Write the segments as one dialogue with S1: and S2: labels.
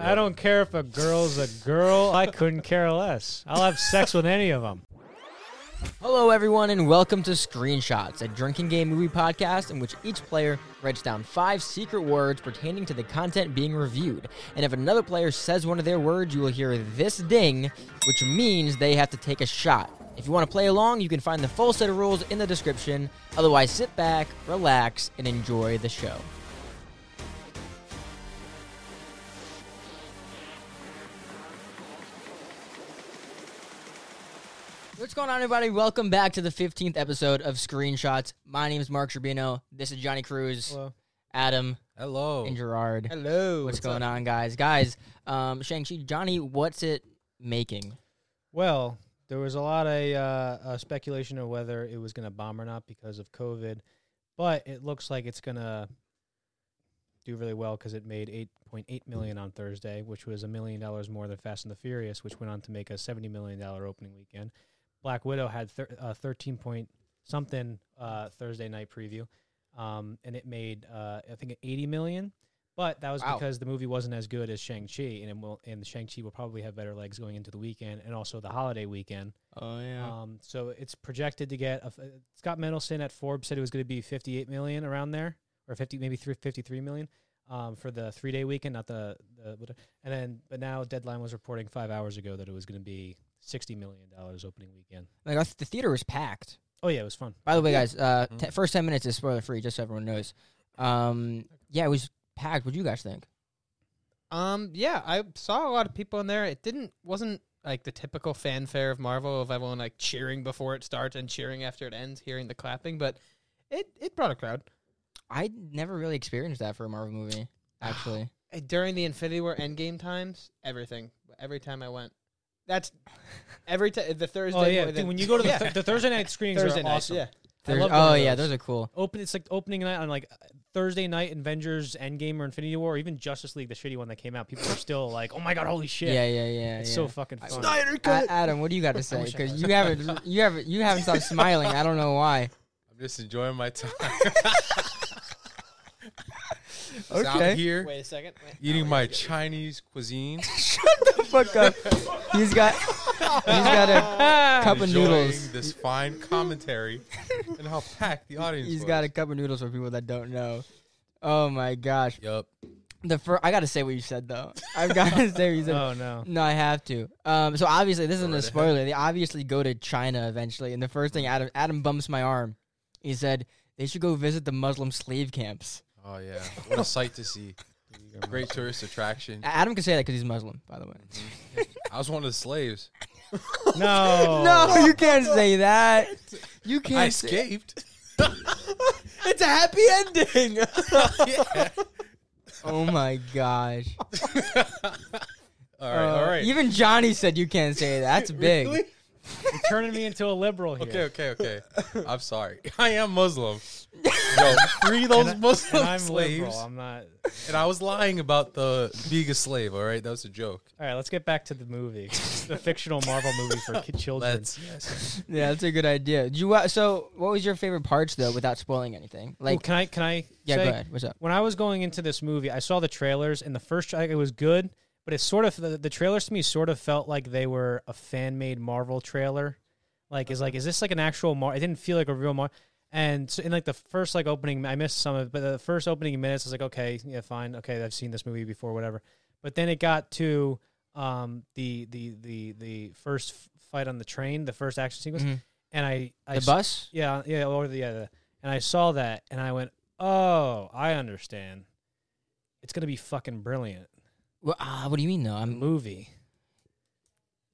S1: I don't care if a girl's a girl. I couldn't care less. I'll have sex with any of them.
S2: Hello, everyone, and welcome to Screenshots, a drinking game movie podcast in which each player writes down five secret words pertaining to the content being reviewed. And if another player says one of their words, you will hear this ding, which means they have to take a shot. If you want to play along, you can find the full set of rules in the description. Otherwise, sit back, relax, and enjoy the show. What's going on, everybody? Welcome back to the 15th episode of Screenshots. My name is Mark Tribino. This is Johnny Cruz,
S1: Hello.
S2: Adam,
S3: Hello.
S2: and Gerard.
S3: Hello.
S2: What's, going on, guys? Guys, um, Shang-Chi, Johnny, what's it making?
S1: Well, there was a lot of uh, uh, speculation of whether it was going to bomb or not because of COVID, but it looks like it's going to do really well because it made 8.8 million on Thursday, which was a million dollars more than Fast and the Furious, which went on to make a 70 million dollar opening weekend. Black Widow had thir- uh, 13 point something uh, Thursday night preview, um, and it made uh, I think 80 million. But that was
S2: Wow.
S1: because the movie wasn't as good as Shang Chi, and it will, and Shang Chi will probably have better legs going into the weekend and also the holiday weekend.
S2: Oh yeah.
S1: Um, so it's projected to get a f- uh, Scott Mendelson at Forbes said it was going to be 58 million around there, or 50 maybe three, 53 million um, for the three day weekend, not the, the what- and then but now Deadline was reporting five hours ago that it was going to be 60 million dollars opening weekend.
S2: like I th- the theater was packed.
S1: Oh yeah, it was fun.
S2: By the way, guys, uh,
S1: Mm-hmm.
S3: Mhm.
S2: te- first ten minutes is spoiler free, just so everyone knows. Um, yeah, it was packed. What do you guys think?
S3: Um, yeah, I saw a lot of people in there. It didn't wasn't like the typical fanfare of Marvel of everyone like cheering before it starts and cheering after it ends, hearing the clapping, but it it brought a crowd.
S2: I never really experienced that for a Marvel movie. Actually,
S3: Uh, During the Infinity War Endgame times, everything. Every time I went. That's every time the Thursday
S1: Oh yeah,
S3: more than-
S1: dude, when you go to the,
S3: Yeah,
S1: Thur- the Thursday night screenings
S3: Thursday
S1: are
S3: night,
S1: awesome.
S3: yeah.
S1: I
S2: There's-
S1: love going
S2: oh
S1: to
S2: yeah,
S1: those.
S2: those are cool.
S1: Open it's like opening night on like Thursday night Avengers Endgame or Infinity War or even Justice League, the shitty one that came out. People are still like, oh my god, holy shit!
S2: Yeah, yeah, yeah.
S1: it's
S2: yeah.
S1: so fucking fun.
S3: Snyder
S2: A-
S3: cut.
S2: Adam, what do you got to say?
S1: wish I
S2: Because
S1: was.
S2: you haven't, you haven't, you haven't stopped smiling. I don't know why.
S4: I'm just enjoying my time. Just
S2: Okay.
S4: out here
S3: Wait a second. Wait.
S4: eating my Chinese cuisine.
S2: Fuck up. He's got, he's got
S1: Ah!
S2: a cup of
S4: enjoying
S2: noodles.
S4: This fine commentary and how packed the audience.
S2: He's
S4: was.
S2: got a cup of noodles for people that don't know. Oh my gosh!
S4: Yup.
S2: The first, I gotta say what you said though. I've gotta say what you said.
S1: Oh no.
S2: No, I have to. Um, so obviously this isn't a spoiler. They obviously go to China eventually, and the first thing Adam Adam bumps my arm. He said they should go visit the Muslim slave camps.
S4: Oh yeah, what a sight to see! Great tourist attraction.
S2: A- Adam can say that because he's Muslim, by the way.
S4: I was one of the slaves.
S1: No.
S2: No, you can't say that. You
S4: Oh. I
S2: can't. say-
S4: escaped.
S2: it's a happy ending. oh my gosh!
S4: All right, all
S2: Uh,
S4: right.
S2: Even Johnny said you can't say that. That's big.
S1: You're turning me into a liberal here.
S4: Okay, okay, okay. I'm sorry. I am Muslim. Yo, free those Muslim
S1: And I'm
S4: slaves.
S1: liberal. I'm not.
S4: And I was lying about the being a slave. All right, that was a joke.
S1: All right, let's get back to the movie, the fictional Marvel movie for ki- children.
S4: Let's. Yes.
S2: Yeah, that's a good idea. Do you uh, so? What was your favorite parts though, without spoiling anything?
S1: Ooh,
S2: Like,
S1: can I? Can I?
S2: yeah,
S1: say,
S2: go ahead. What's up?
S1: When I was going into this movie, I saw the trailers, and the first tra- it was good, but it sort of the, the trailers to me sort of felt like they were a fan made Marvel trailer. Like, is like, is this like an actual Mar? It didn't feel like a real Mar. And so in like the first like opening, I missed some of, it, but the first opening minutes, I was like, okay, yeah, fine, okay, I've seen this movie before, whatever. But then it got to um, the the the the first f- fight on the train, the first action sequence,
S2: Mhm.
S1: and I, I
S2: The
S1: s-
S2: bus.
S1: yeah, yeah, or the other. And I saw that, and I went, "Oh, I understand. It's gonna be fucking brilliant."
S2: Well, ah, what do you mean though?
S1: A
S2: I'm
S1: movie.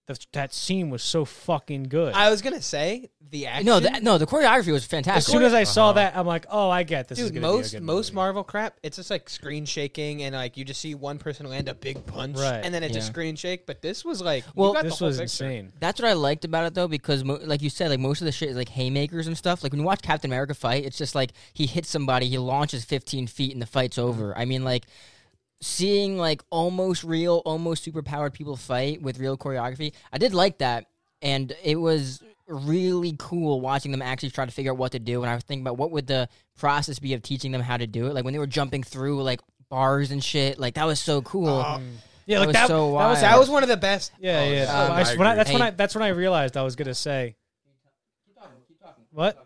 S1: That that scene was so fucking good.
S3: I was going to say the action
S2: no, the, no. The choreography was
S1: as
S2: fantastic.
S1: soon as I saw
S4: Uh-huh.
S1: that, I'm like, "Oh, I get this." is
S3: Dude,
S1: gonna
S3: most
S1: be a good
S3: most
S1: movie.
S3: Marvel crap, it's just like screen shaking and like you just see one person land a big punch
S1: Right.
S3: and then it's
S2: Yeah.
S3: a screen shake. But this was like,
S2: Well,
S3: well, you got
S1: This
S3: the whole
S1: was
S3: picture.
S1: insane.
S2: That's what I liked about it though, because mo- like you said, like most of the shit is like haymakers and stuff. Like when you watch Captain America fight, it's just like he hits somebody, he launches 15 feet, and the fight's
S1: Mm-hmm.
S2: over. I mean, like seeing like almost real, almost superpowered people fight with real choreography. I did like that, and it was really cool watching them actually try to figure out what to do. And I was thinking about what would the process be of teaching them how to do it. Like when they were jumping through like bars and shit, like that was so cool.
S1: Yeah,
S2: That
S1: Oh. like
S2: was
S1: that.
S2: so
S1: that was
S2: wild.
S3: That was one of the best.
S1: yeah,
S4: Oh,
S1: yeah.
S4: so
S1: I
S2: I
S1: s- when I- that's when
S2: agree.
S1: I that's when I realized I was gonna say. What?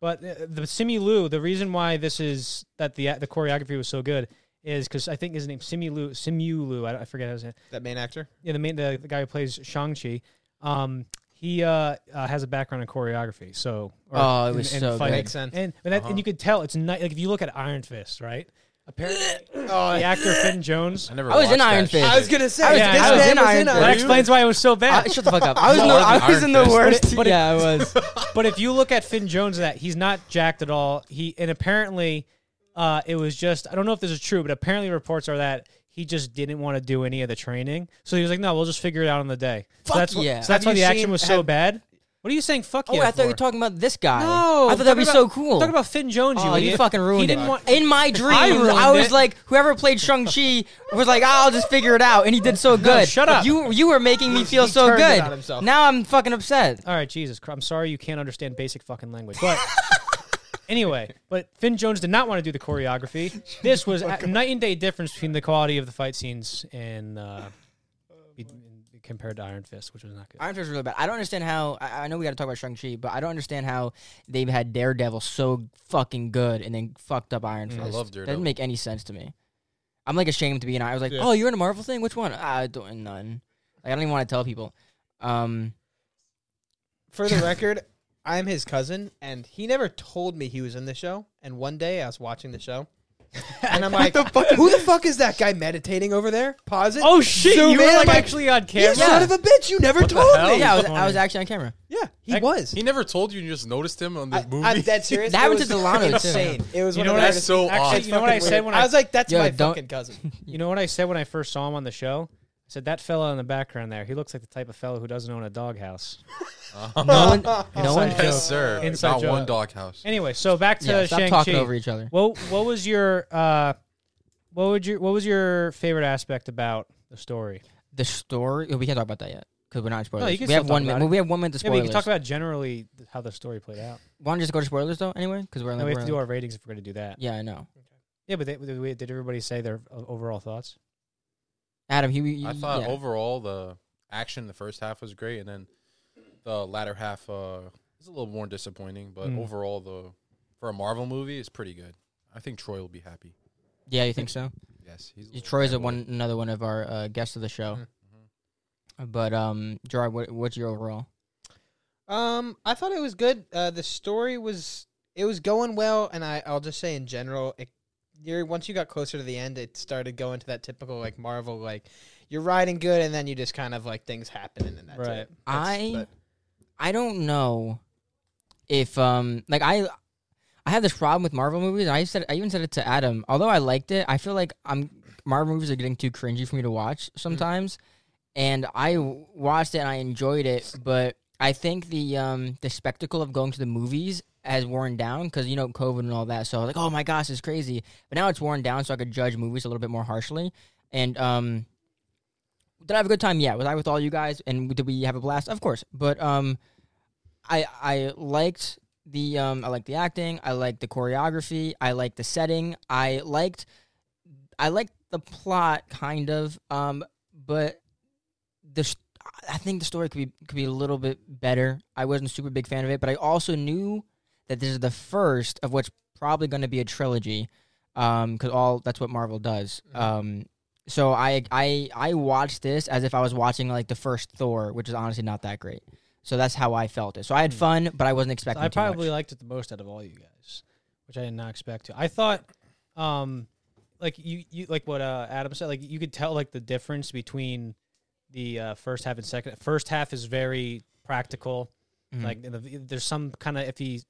S1: But uh, the Simi Lu, the reason why this is that the the choreography was so good is because I think his name Simi Lu, Simu Lu, I, I forget his name.
S3: That main actor.
S1: Yeah, the main the, the guy who plays Shang Chi. Um, he uh, uh has a background in choreography, so or
S2: Oh, it
S1: in-
S2: was
S1: in fighting.
S2: so good. Uh-huh.
S3: Makes sense.
S1: And and, that, and you could tell it's not like if you look at Iron Fist, right? Apparently, the actor Finn Jones.
S4: I never.
S2: I was in
S4: watched
S2: Iron
S4: that
S2: Fist.
S4: shit.
S3: I was gonna say
S2: I was-
S3: this
S1: I was
S3: man
S2: in
S3: was
S2: Iron
S3: in
S2: Fist.
S1: That
S2: Were
S1: explains why it was so
S2: Uh,
S1: bad.
S2: shut the fuck up. I was,
S4: No,
S2: in the,
S4: I was in
S2: I was
S4: Iron
S2: in the
S4: Fist.
S2: worst.
S1: But it- but it-
S2: yeah, I was.
S1: but if you look at Finn Jones, that he's not jacked at all. He and apparently, uh, it was just I don't know if this is true, but apparently reports are that he just didn't want to do any of the training, so he was like, "No, we'll just figure it out on the day."
S2: Fuck
S1: so that's why-
S2: yeah.
S1: so that's why
S3: Have you
S1: the action
S3: seen-
S1: was so
S3: have-
S1: bad. What are you saying? Fuck
S2: Oh,
S1: yeah!
S2: I thought you
S1: for?
S2: were talking about this guy.
S1: No,
S2: I thought that'd
S1: talking
S2: be so
S1: about-
S2: cool.
S1: Talk about Finn Jones.
S2: Oh, you
S1: idiot.
S2: fucking ruined
S1: he didn't
S2: it.
S1: Want,
S2: In my dreams, I,
S1: ruined
S2: was
S1: it.
S2: like, whoever played Shang Chi was like, "Ah, I'll just figure it out, and he did so good.
S1: shut
S2: But
S1: up.
S2: You you were making me feel
S3: He
S2: so
S3: turned it
S2: good.
S3: on himself.
S2: Now I'm fucking upset.
S1: All right, Jesus Christ. I'm sorry you can't understand basic fucking language. But anyway, but Finn Jones did not want to do the choreography. This was a night and day difference between the quality of the fight scenes and uh, be- in- compared to Iron Fist, which was not good.
S2: Iron Fist was really bad. I don't understand how. I, I know we got to talk about Shang Chi, but I don't understand how they've had Daredevil so fucking good and then fucked up Iron Fist.
S4: Mm, I love
S2: Doesn't
S4: Daredevil.
S2: make any sense to me. I'm like ashamed to be in. I was like,
S3: Yeah.
S2: oh, you're in a Marvel thing. Which one? I don't none. Like, I don't even want to tell people. Um,
S3: For the record, I'm his cousin, and he never told me he was in the show. And one day I was watching the show, and I'm like, "Who the fuck is that guy meditating over there?" Pause it.
S1: Oh shit!
S3: Zoom
S1: you were
S3: in,
S1: like
S3: I'm
S1: actually on
S3: You
S1: camera.
S3: son of a bitch! You never
S1: the
S3: told
S1: hell?
S3: me.
S2: yeah, I was,
S1: Oh, come
S2: I
S1: on
S2: was
S1: in.
S2: actually on camera.
S3: Yeah, he
S1: That-
S3: was.
S4: He never told you. You just noticed him on the
S3: I,
S4: movie.
S3: am dead serious.
S2: That
S3: It
S2: happened
S3: was
S2: to Delano, too.
S3: Insane. It was
S1: You
S3: one
S1: know what
S3: of the
S1: I
S3: weirdest-
S4: That's so
S1: actually,
S4: odd.
S1: you know what I
S3: fucking
S1: said
S3: weird.
S1: when
S3: I
S1: I,
S3: was like, "That's
S2: Yo,
S3: my
S2: don't-
S3: fucking cousin."
S1: you know what I said when I first saw him on the show. I said that fella in the background there. He looks like the type of fellow who doesn't own a doghouse.
S2: No one, no one.
S1: Inside
S4: Yes, sir.
S1: Inside
S4: Not
S1: joke.
S4: one doghouse.
S1: Anyway, so back to
S2: Yeah, stop
S1: Shang
S2: talking
S1: Chi.
S2: over each other.
S1: Well, what was your uh, what would your what was your favorite aspect about the story?
S2: The story. oh, we can't talk about that yet because we're not spoilers.
S1: No, you can
S2: we
S1: still
S2: have one
S1: talk
S2: minute.
S1: about
S2: we have one minute to
S1: Yeah,
S2: spoilers.
S1: but you can talk about generally th- how the story played out.
S2: Want to just go to spoilers though? Anyway, because we're
S1: No,
S2: like,
S1: we have
S2: we're
S1: to do
S2: on-
S1: our ratings if we're going to do that.
S2: Yeah, I know.
S1: Yeah, but they, did we- did everybody say their o- overall thoughts?
S2: Adam, he. he
S4: I thought
S2: yeah.
S4: overall the action in the first half was great, and then the latter half uh, is a little more disappointing. But
S1: Mm.
S4: overall, the for a Marvel movie, it's pretty good. I think Troy will be happy.
S2: Yeah, you think so?
S4: Yes, he's a
S2: Yeah,
S4: little
S2: Troy's a
S4: fanboy.
S2: one another one of our uh, guests of the show. But um, Gerard, what, what's your overall?
S3: Um, I thought it was good. Uh, the story was it was going well, and I I'll just say in general, it, you're, once you got closer to the end, it started going to that typical like Marvel like you're riding good, and then you just kind of like things happen, and then that's
S1: Right.
S3: it. That's-
S2: I
S3: but-
S2: I don't know if um like I I have this problem with Marvel movies. I said I even said it to Adam. Although I liked it, I feel like I'm Marvel movies are getting too cringy for me to
S3: Mm-hmm.
S2: watch sometimes. And I w- watched it and I enjoyed it, but I think the um the spectacle of going to the movies has worn down because you know COVID and all that. So I was like, oh my gosh, it's crazy. But now it's worn down, so I could judge movies a little bit more harshly. And um, did I have a good time? Yeah. Was I with all you guys? And did we have a blast? Of course. But um, I I liked the um I liked the acting. I liked the choreography. I liked the setting. I liked I liked the plot kind of um, but the s- I think the story could be could be a little bit better. I wasn't a super big fan of it, but I also knew that this is the first of what's probably going to be a trilogy um cuz all that's what Marvel does.
S1: Mm-hmm.
S2: Um so I I I watched this as if I was watching like the first Thor, which is honestly not that great. So that's how I felt it. So I had fun, but I wasn't expecting.
S1: Mm. I
S2: too much.
S1: probably liked it the most out of all you guys, which I did not expect to. I thought, um, like you, you like what uh, Adam said. Like you could tell like the difference between the uh, first half and second. First half is very practical.
S2: Mhm.
S1: Like the, there's some kind of iffy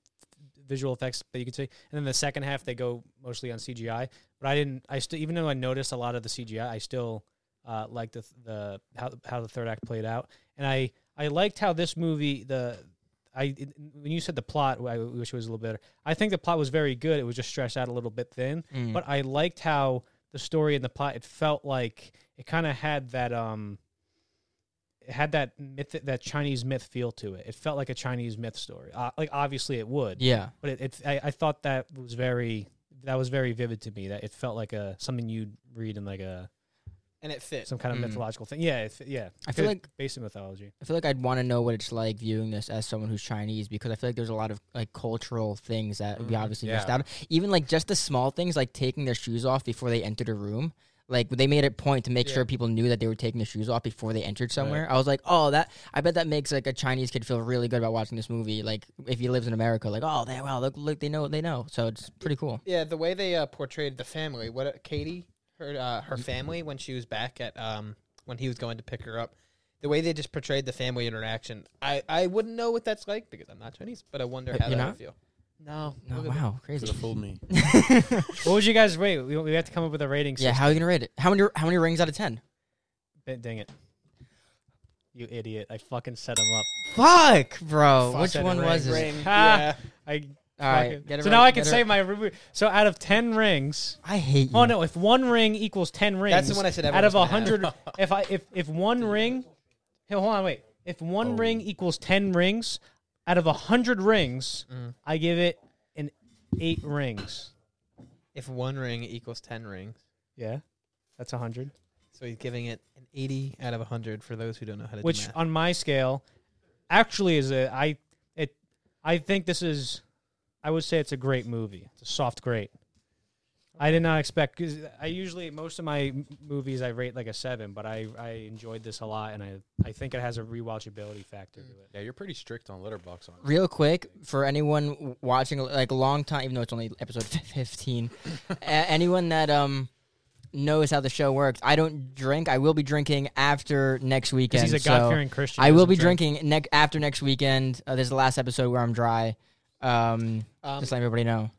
S1: visual effects that you could see, and then the second half they go mostly on CGI. But I didn't. I still, even though I noticed a lot of the CGI, I still uh, liked the the how how the third act played out, and I I liked how this movie the. I it- when you said the plot, I wish it was a little better. I think the plot was very good. It was just stretched out a little bit thin,
S2: Mm.
S1: but I liked how the story and the plot. It felt like it kind of had that um, it had that myth, that Chinese myth feel to it. It felt like a Chinese myth story. Uh, like obviously it would,
S2: yeah.
S1: but it, it I, I thought that was very that was very vivid to me. That it felt like a something you'd read in like a
S3: and it fit.
S1: some kind of
S2: Mm.
S1: mythological thing. Yeah, it, yeah.
S2: I feel
S1: Fit-
S2: like
S1: based in mythology.
S2: I feel like I'd want to know what it's like viewing this as someone who's Chinese because I feel like there's a lot of like cultural things that we
S4: Mhm,
S2: obviously missed
S4: yeah.
S2: out. on. Even like just the small things like taking their shoes off before they entered a room. Like they made a point to make
S3: Yeah.
S2: sure people knew that they were taking their shoes off before they entered somewhere. I was like, oh, that I bet that makes like a Chinese kid feel really good about watching this movie. Like if he lives in America, like oh, they wow, look, look, they know, they know. So it's pretty cool.
S3: Yeah, the way they uh, portrayed the family. What uh, Katie, her uh, her family when she was back at um when he was going to pick her up, the way they just portrayed the family interaction. I I wouldn't know what that's like because I'm not Chinese, but I wonder
S2: But
S3: how
S2: you're
S3: that
S2: not?
S3: would feel. No.
S2: No,
S3: look at
S2: Oh, wow,
S4: Could
S2: crazy.
S4: have fooled me.
S1: What would you guys rate? We, we have to come up with a rating.
S2: Yeah, how are you gonna rate it? How many how many rings out of ten?
S1: system. Dang it. You idiot. I fucking set him up.
S2: Fuck, bro.
S1: Fuck,
S2: Which
S1: said
S2: one
S1: ring,
S2: was
S3: the
S2: it?
S1: ring.
S3: Yeah.
S1: I
S2: All right,
S1: fucking-
S2: get it
S1: so
S2: right,
S1: now I
S2: get
S1: can
S2: it
S1: say my review. So out of 10 rings.
S2: I hate you.
S1: Oh no! If one ring equals ten rings,
S3: That's the one I said
S1: out of a
S3: everyone's gonna
S1: hundred, if I if if one ring, hey, hold on, wait. If one ring equals ten rings, out of a hundred rings, I give it an eight rings.
S3: If one ring equals ten rings,
S1: Yeah, that's a hundred.
S3: so he's giving it an eighty out of hundred for those who don't know how to
S1: Which
S3: do math.
S1: on my scale, actually is a I it I think this is I would say it's a great movie. It's a soft great. I did not expect because I usually most of my m- movies I rate like a seven, but I, I enjoyed this a lot, and I I think it has a rewatchability factor to it.
S4: Yeah, you're pretty strict on letterbox on.
S2: Real quick, for anyone w- watching, like a long time, even though it's only episode fif- fifteen, a- anyone that um knows how the show works, I don't drink. I will be drinking after next weekend.
S1: Because he's a
S2: so
S1: God fearing Christian.
S2: I
S1: he
S2: will
S1: doesn't
S2: be
S1: drink.
S2: drinking ne- after next weekend. Uh, this is the last episode where I'm dry. Um,
S3: Um,
S2: just let everybody know.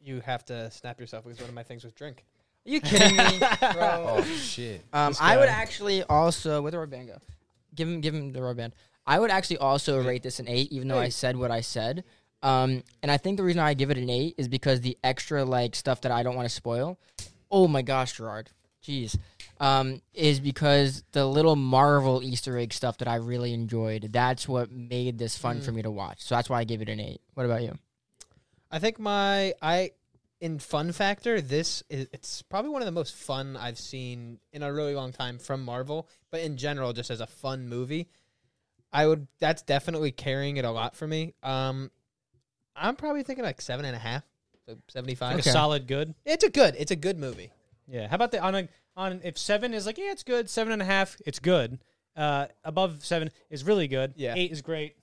S3: you have to snap yourself because one of my things was drink.
S2: Are you kidding me,
S4: Oh shit!
S2: Um,
S1: This
S2: I would
S1: guy.
S2: actually also with the rubber band go. Give him, give him the rubber band. I would actually also rate this an eight, even though I said what I said. Um, and I think the reason I give it an eight is because the extra like stuff that I don't want to spoil. Oh my gosh, Gerard, jeez, um, is because the little Marvel Easter egg stuff that I really enjoyed. That's what made this fun for me to watch. So that's why I give it an eight. What about you?
S3: I think my I in fun factor, this is it's probably one of the most fun I've seen in a really long time from Marvel, but in general just as a fun movie. I would that's definitely carrying it a lot for me. Um I'm probably thinking like seven and a half. So seventy five.
S1: like
S2: Okay.
S1: a solid good.
S3: It's a good it's a good movie.
S1: Yeah. How about the on a, on if seven is like yeah it's good seven and a half it's good. Uh, above seven is really good.
S3: Yeah.
S1: Eight is great.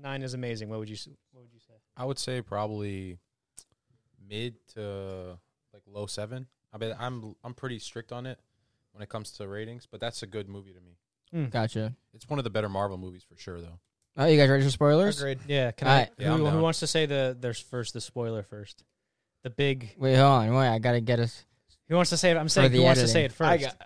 S1: Nine is amazing. What would you s- What would you say?
S4: I would say probably mid to like low seven. I mean, I'm I'm pretty strict on it when it comes to ratings, but that's a good movie to me.
S2: Gotcha.
S4: It's one of the better Marvel movies for sure, though.
S2: Oh, you guys ready for spoilers?
S3: Agreed.
S1: Yeah, can
S2: All
S1: I?
S2: right.
S4: Yeah,
S1: who,
S4: I'm
S1: who
S4: down.
S1: wants to say the there's first the spoiler first? The big.
S2: Wait, hold on. Wait, I gotta get us.
S1: Who wants to say it? I'm saying
S2: the
S1: who wants to say it
S2: editing.
S1: first.
S3: I got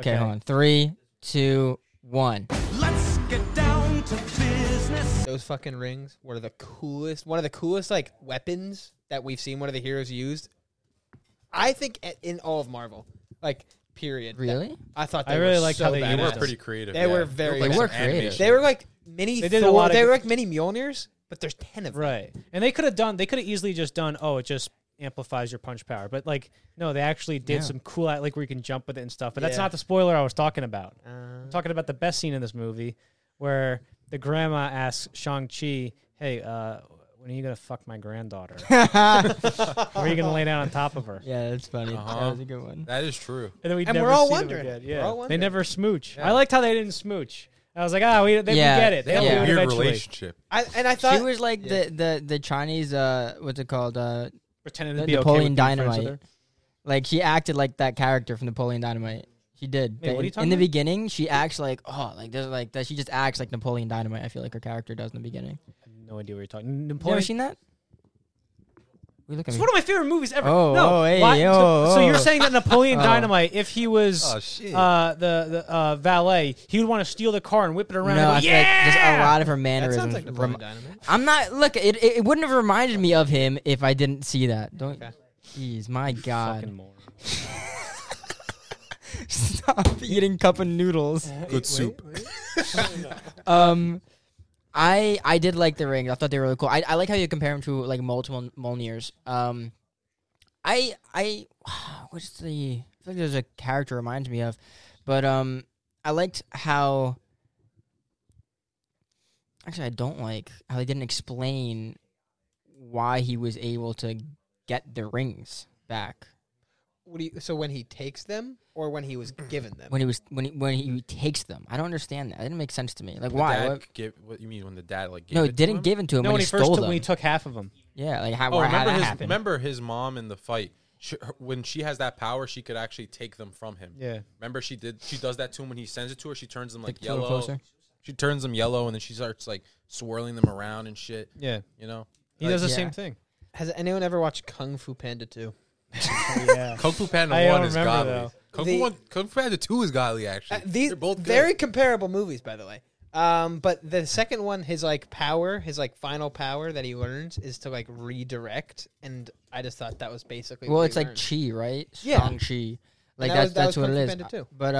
S2: Okay,
S1: Okay.
S2: hold on. Three, two, one.
S5: Let's get down to business.
S3: those fucking rings were the coolest one of the coolest like weapons that we've seen one of the heroes used. I think a- in all of Marvel. Like period.
S2: Really?
S3: I thought
S1: I
S3: they
S1: really
S3: were
S1: liked
S3: so
S1: how they
S4: They
S1: Yeah.
S4: were
S3: badass.
S1: used
S4: pretty creative.
S3: They
S4: yeah.
S3: were
S4: Looked
S3: very
S4: like
S2: They
S4: some
S2: were creative.
S4: animation.
S3: They were like mini.
S1: They
S3: They
S1: did a lot of
S3: They
S1: good-
S3: were like mini Mjolnirs, but there's ten of them.
S1: right, and they could have done. They could have easily just done. Oh, it just amplifies your punch power. But like, no, they actually did
S2: Yeah.
S1: some cool, act- like where you can jump with it and stuff. But that's
S3: Yeah.
S1: not the spoiler I was talking about. I'm
S3: Uh,
S1: talking about the best scene in this movie, where the grandma asks Shang Chi, "Hey, uh, when are you gonna fuck my granddaughter? Where are you gonna lay down on top of her?"
S2: Yeah, that's funny. That
S4: Uh-huh.
S2: was a good one.
S4: That is true.
S1: And then we
S3: And
S1: never
S3: we're all
S1: see them
S3: wondering.
S1: again.
S3: We're
S1: Yeah.
S3: all
S1: They
S3: wondering.
S1: never smooch.
S4: Yeah.
S1: I liked how they didn't smooch. I was like, ah, we, they,
S2: Yeah.
S1: we get it.
S4: They
S1: They'll
S4: have
S2: Yeah.
S4: a
S1: do it
S4: weird
S1: eventually.
S4: relationship.
S3: I, and I
S2: She
S3: thought
S2: was like
S3: Yeah.
S2: the, the the Chinese uh what's it called uh
S1: Pretending
S2: The
S1: to be
S2: Napoleon
S1: okay with being friends with
S2: Dynamite.
S1: her.
S2: like she acted like that character from Napoleon Dynamite. She did.
S1: Wait, what are you
S2: in
S1: talking
S2: the
S1: about?
S2: beginning, she acts like oh like there's like that. She just acts like Napoleon Dynamite. I feel like her character does in the beginning.
S1: I have no idea what you're talking.
S2: You ever
S1: Napoleon.
S2: seen that? We look at
S1: It's
S2: me.
S1: one of my favorite movies ever.
S2: Oh,
S1: no,
S2: oh, hey,
S1: why-
S2: yo,
S1: so, so
S2: oh.
S1: you're saying that Napoleon
S2: Oh.
S1: Dynamite, if he was
S4: Oh shit!
S1: uh, the the uh, valet, he would want to steal the car and whip it around.
S2: no,
S1: and
S2: I
S1: go,
S2: feel
S1: yeah,
S2: like just a lot of her
S3: that sounds
S2: mannerisms.
S3: like Napoleon
S2: rem-
S3: Dynamite.
S2: I'm not look. It, it it wouldn't have reminded me of him if I didn't see that. Don't.
S3: Okay.
S2: Jeez, my
S1: fucking
S2: God!
S1: moron.
S2: Stop eating cup of noodles.
S4: Good soup.
S2: Um, I I did like the rings. I thought they were really cool. I, I like how you compare them to like multiple Molnirs. Um, I I what's the feel like there's a character reminds me of, but um, I liked how. Actually, I don't like how they didn't explain why he was able to get the rings back
S3: What do you, so when he takes them or when he was given them?
S2: when he was when he, when he takes them. I don't understand that. It didn't make sense to me. Like
S4: The
S2: why?
S4: dad
S2: What,
S4: gave- what you mean when the dad like? Gave
S2: no,
S4: it
S2: it didn't
S4: To him?
S2: give it to him
S1: No,
S2: when
S1: when
S2: he
S1: he first
S2: stole
S1: took,
S2: them.
S1: when he took half of them.
S2: yeah, like how,
S4: Oh,
S2: why- how
S4: remember
S2: that
S4: his
S2: happened.
S4: remember his mom in the fight. She, her, when she has that power, she could actually take them from him.
S1: Yeah.
S4: Remember, she did. She does that to him when he sends it to her. She turns them like
S2: Like, a little
S4: yellow.
S2: closer?
S4: She turns them yellow, and then she starts like swirling them around and shit.
S1: Yeah.
S4: You know,
S1: He
S4: Like,
S1: does the
S2: yeah.
S1: same thing.
S3: Has anyone ever watched Kung Fu Panda 2?
S1: yeah.
S4: Kung Fu Panda
S1: I don't
S4: One is
S1: remember,
S4: godly.
S1: though.
S4: Kung,
S3: The-
S4: Fu one, Kung Fu Panda Two is godly. Actually,
S3: Uh, these
S4: they're both good.
S3: very comparable movies, by the way. Um, but the second one, his like power, his like final power that he learns is to like redirect, and I just thought that was basically.
S2: Well,
S3: what
S2: it's
S3: he
S2: like
S3: learned.
S2: chi, right?
S3: Yeah.
S2: Strong chi. Like
S3: that
S2: that's
S3: was- that
S2: that's
S3: was
S2: what it
S3: Kung Fu
S2: is.
S3: Panda too.
S2: But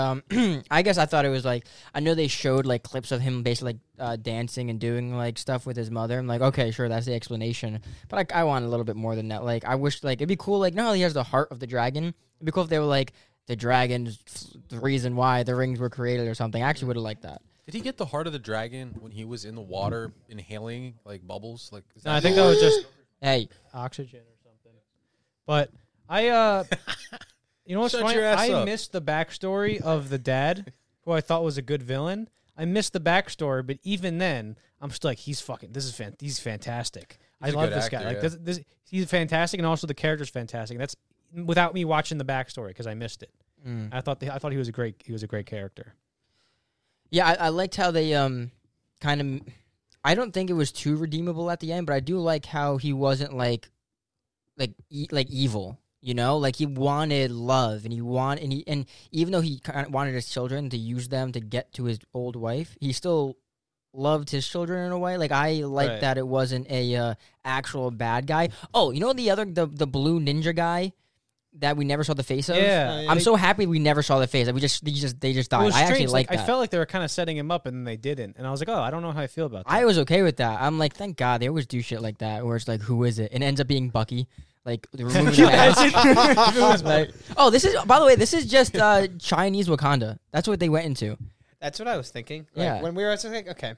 S2: um, I guess I thought it was like I know they showed like clips of him basically like uh, dancing and doing like stuff with his mother. I'm like, okay, sure, that's the explanation. But I, I want a little bit more than that. Like I wish like it'd be cool. Like no, he has the heart of the dragon. It'd be cool if they were like the dragons, the reason why the rings were created or something. I actually would have liked that.
S4: Did he get the heart of the dragon when he was in the water inhaling like bubbles? Like is
S1: No, I think that was just
S2: Hey,
S1: oxygen or something. But I, uh, you know what's
S4: Shut
S1: funny?
S4: your ass
S1: I
S4: up.
S1: missed the backstory of the dad, who I thought was a good villain. I missed the backstory, but even then, I'm still like, he's fucking. This is fan- he's fantastic.
S4: He's a
S1: I love
S4: good
S1: this guy.
S4: actor,
S1: Like
S4: yeah.
S1: this, this, he's fantastic, and also the character's fantastic. That's without me watching the backstory because I missed it.
S4: Mm.
S1: I thought the, I thought he was a great he was a great character.
S2: Yeah, I, I liked how they um kind of. I don't think it was too redeemable at the end, but I do like how he wasn't like, like e- like evil. You know, like he wanted love, and he want and he and even though he kind of wanted his children to use them to get to his old wife, he still loved his children in a way. Like I like
S1: Right.
S2: that it wasn't a uh, actual bad guy. Oh, you know the other the the blue ninja guy that we never saw the face of.
S1: yeah,
S3: yeah.
S2: I'm so happy we never saw the face. Like we just they just they just
S1: uh, It
S2: died.
S1: was
S2: I actually
S1: strange,
S2: like that.
S1: I felt like they were kind of setting him up, and then they didn't. And I was like, oh, I don't know how I feel about that.
S2: I was okay with that. I'm like, thank God they always do shit like that, where it's like, who is it? And it ends up being Bucky. Like, they remove the mask. Like, oh, this is by the way, this is just uh, Chinese Wakanda. That's what they went into.
S3: That's what I was thinking. Like,
S2: Yeah.
S3: When we were, I was like, okay,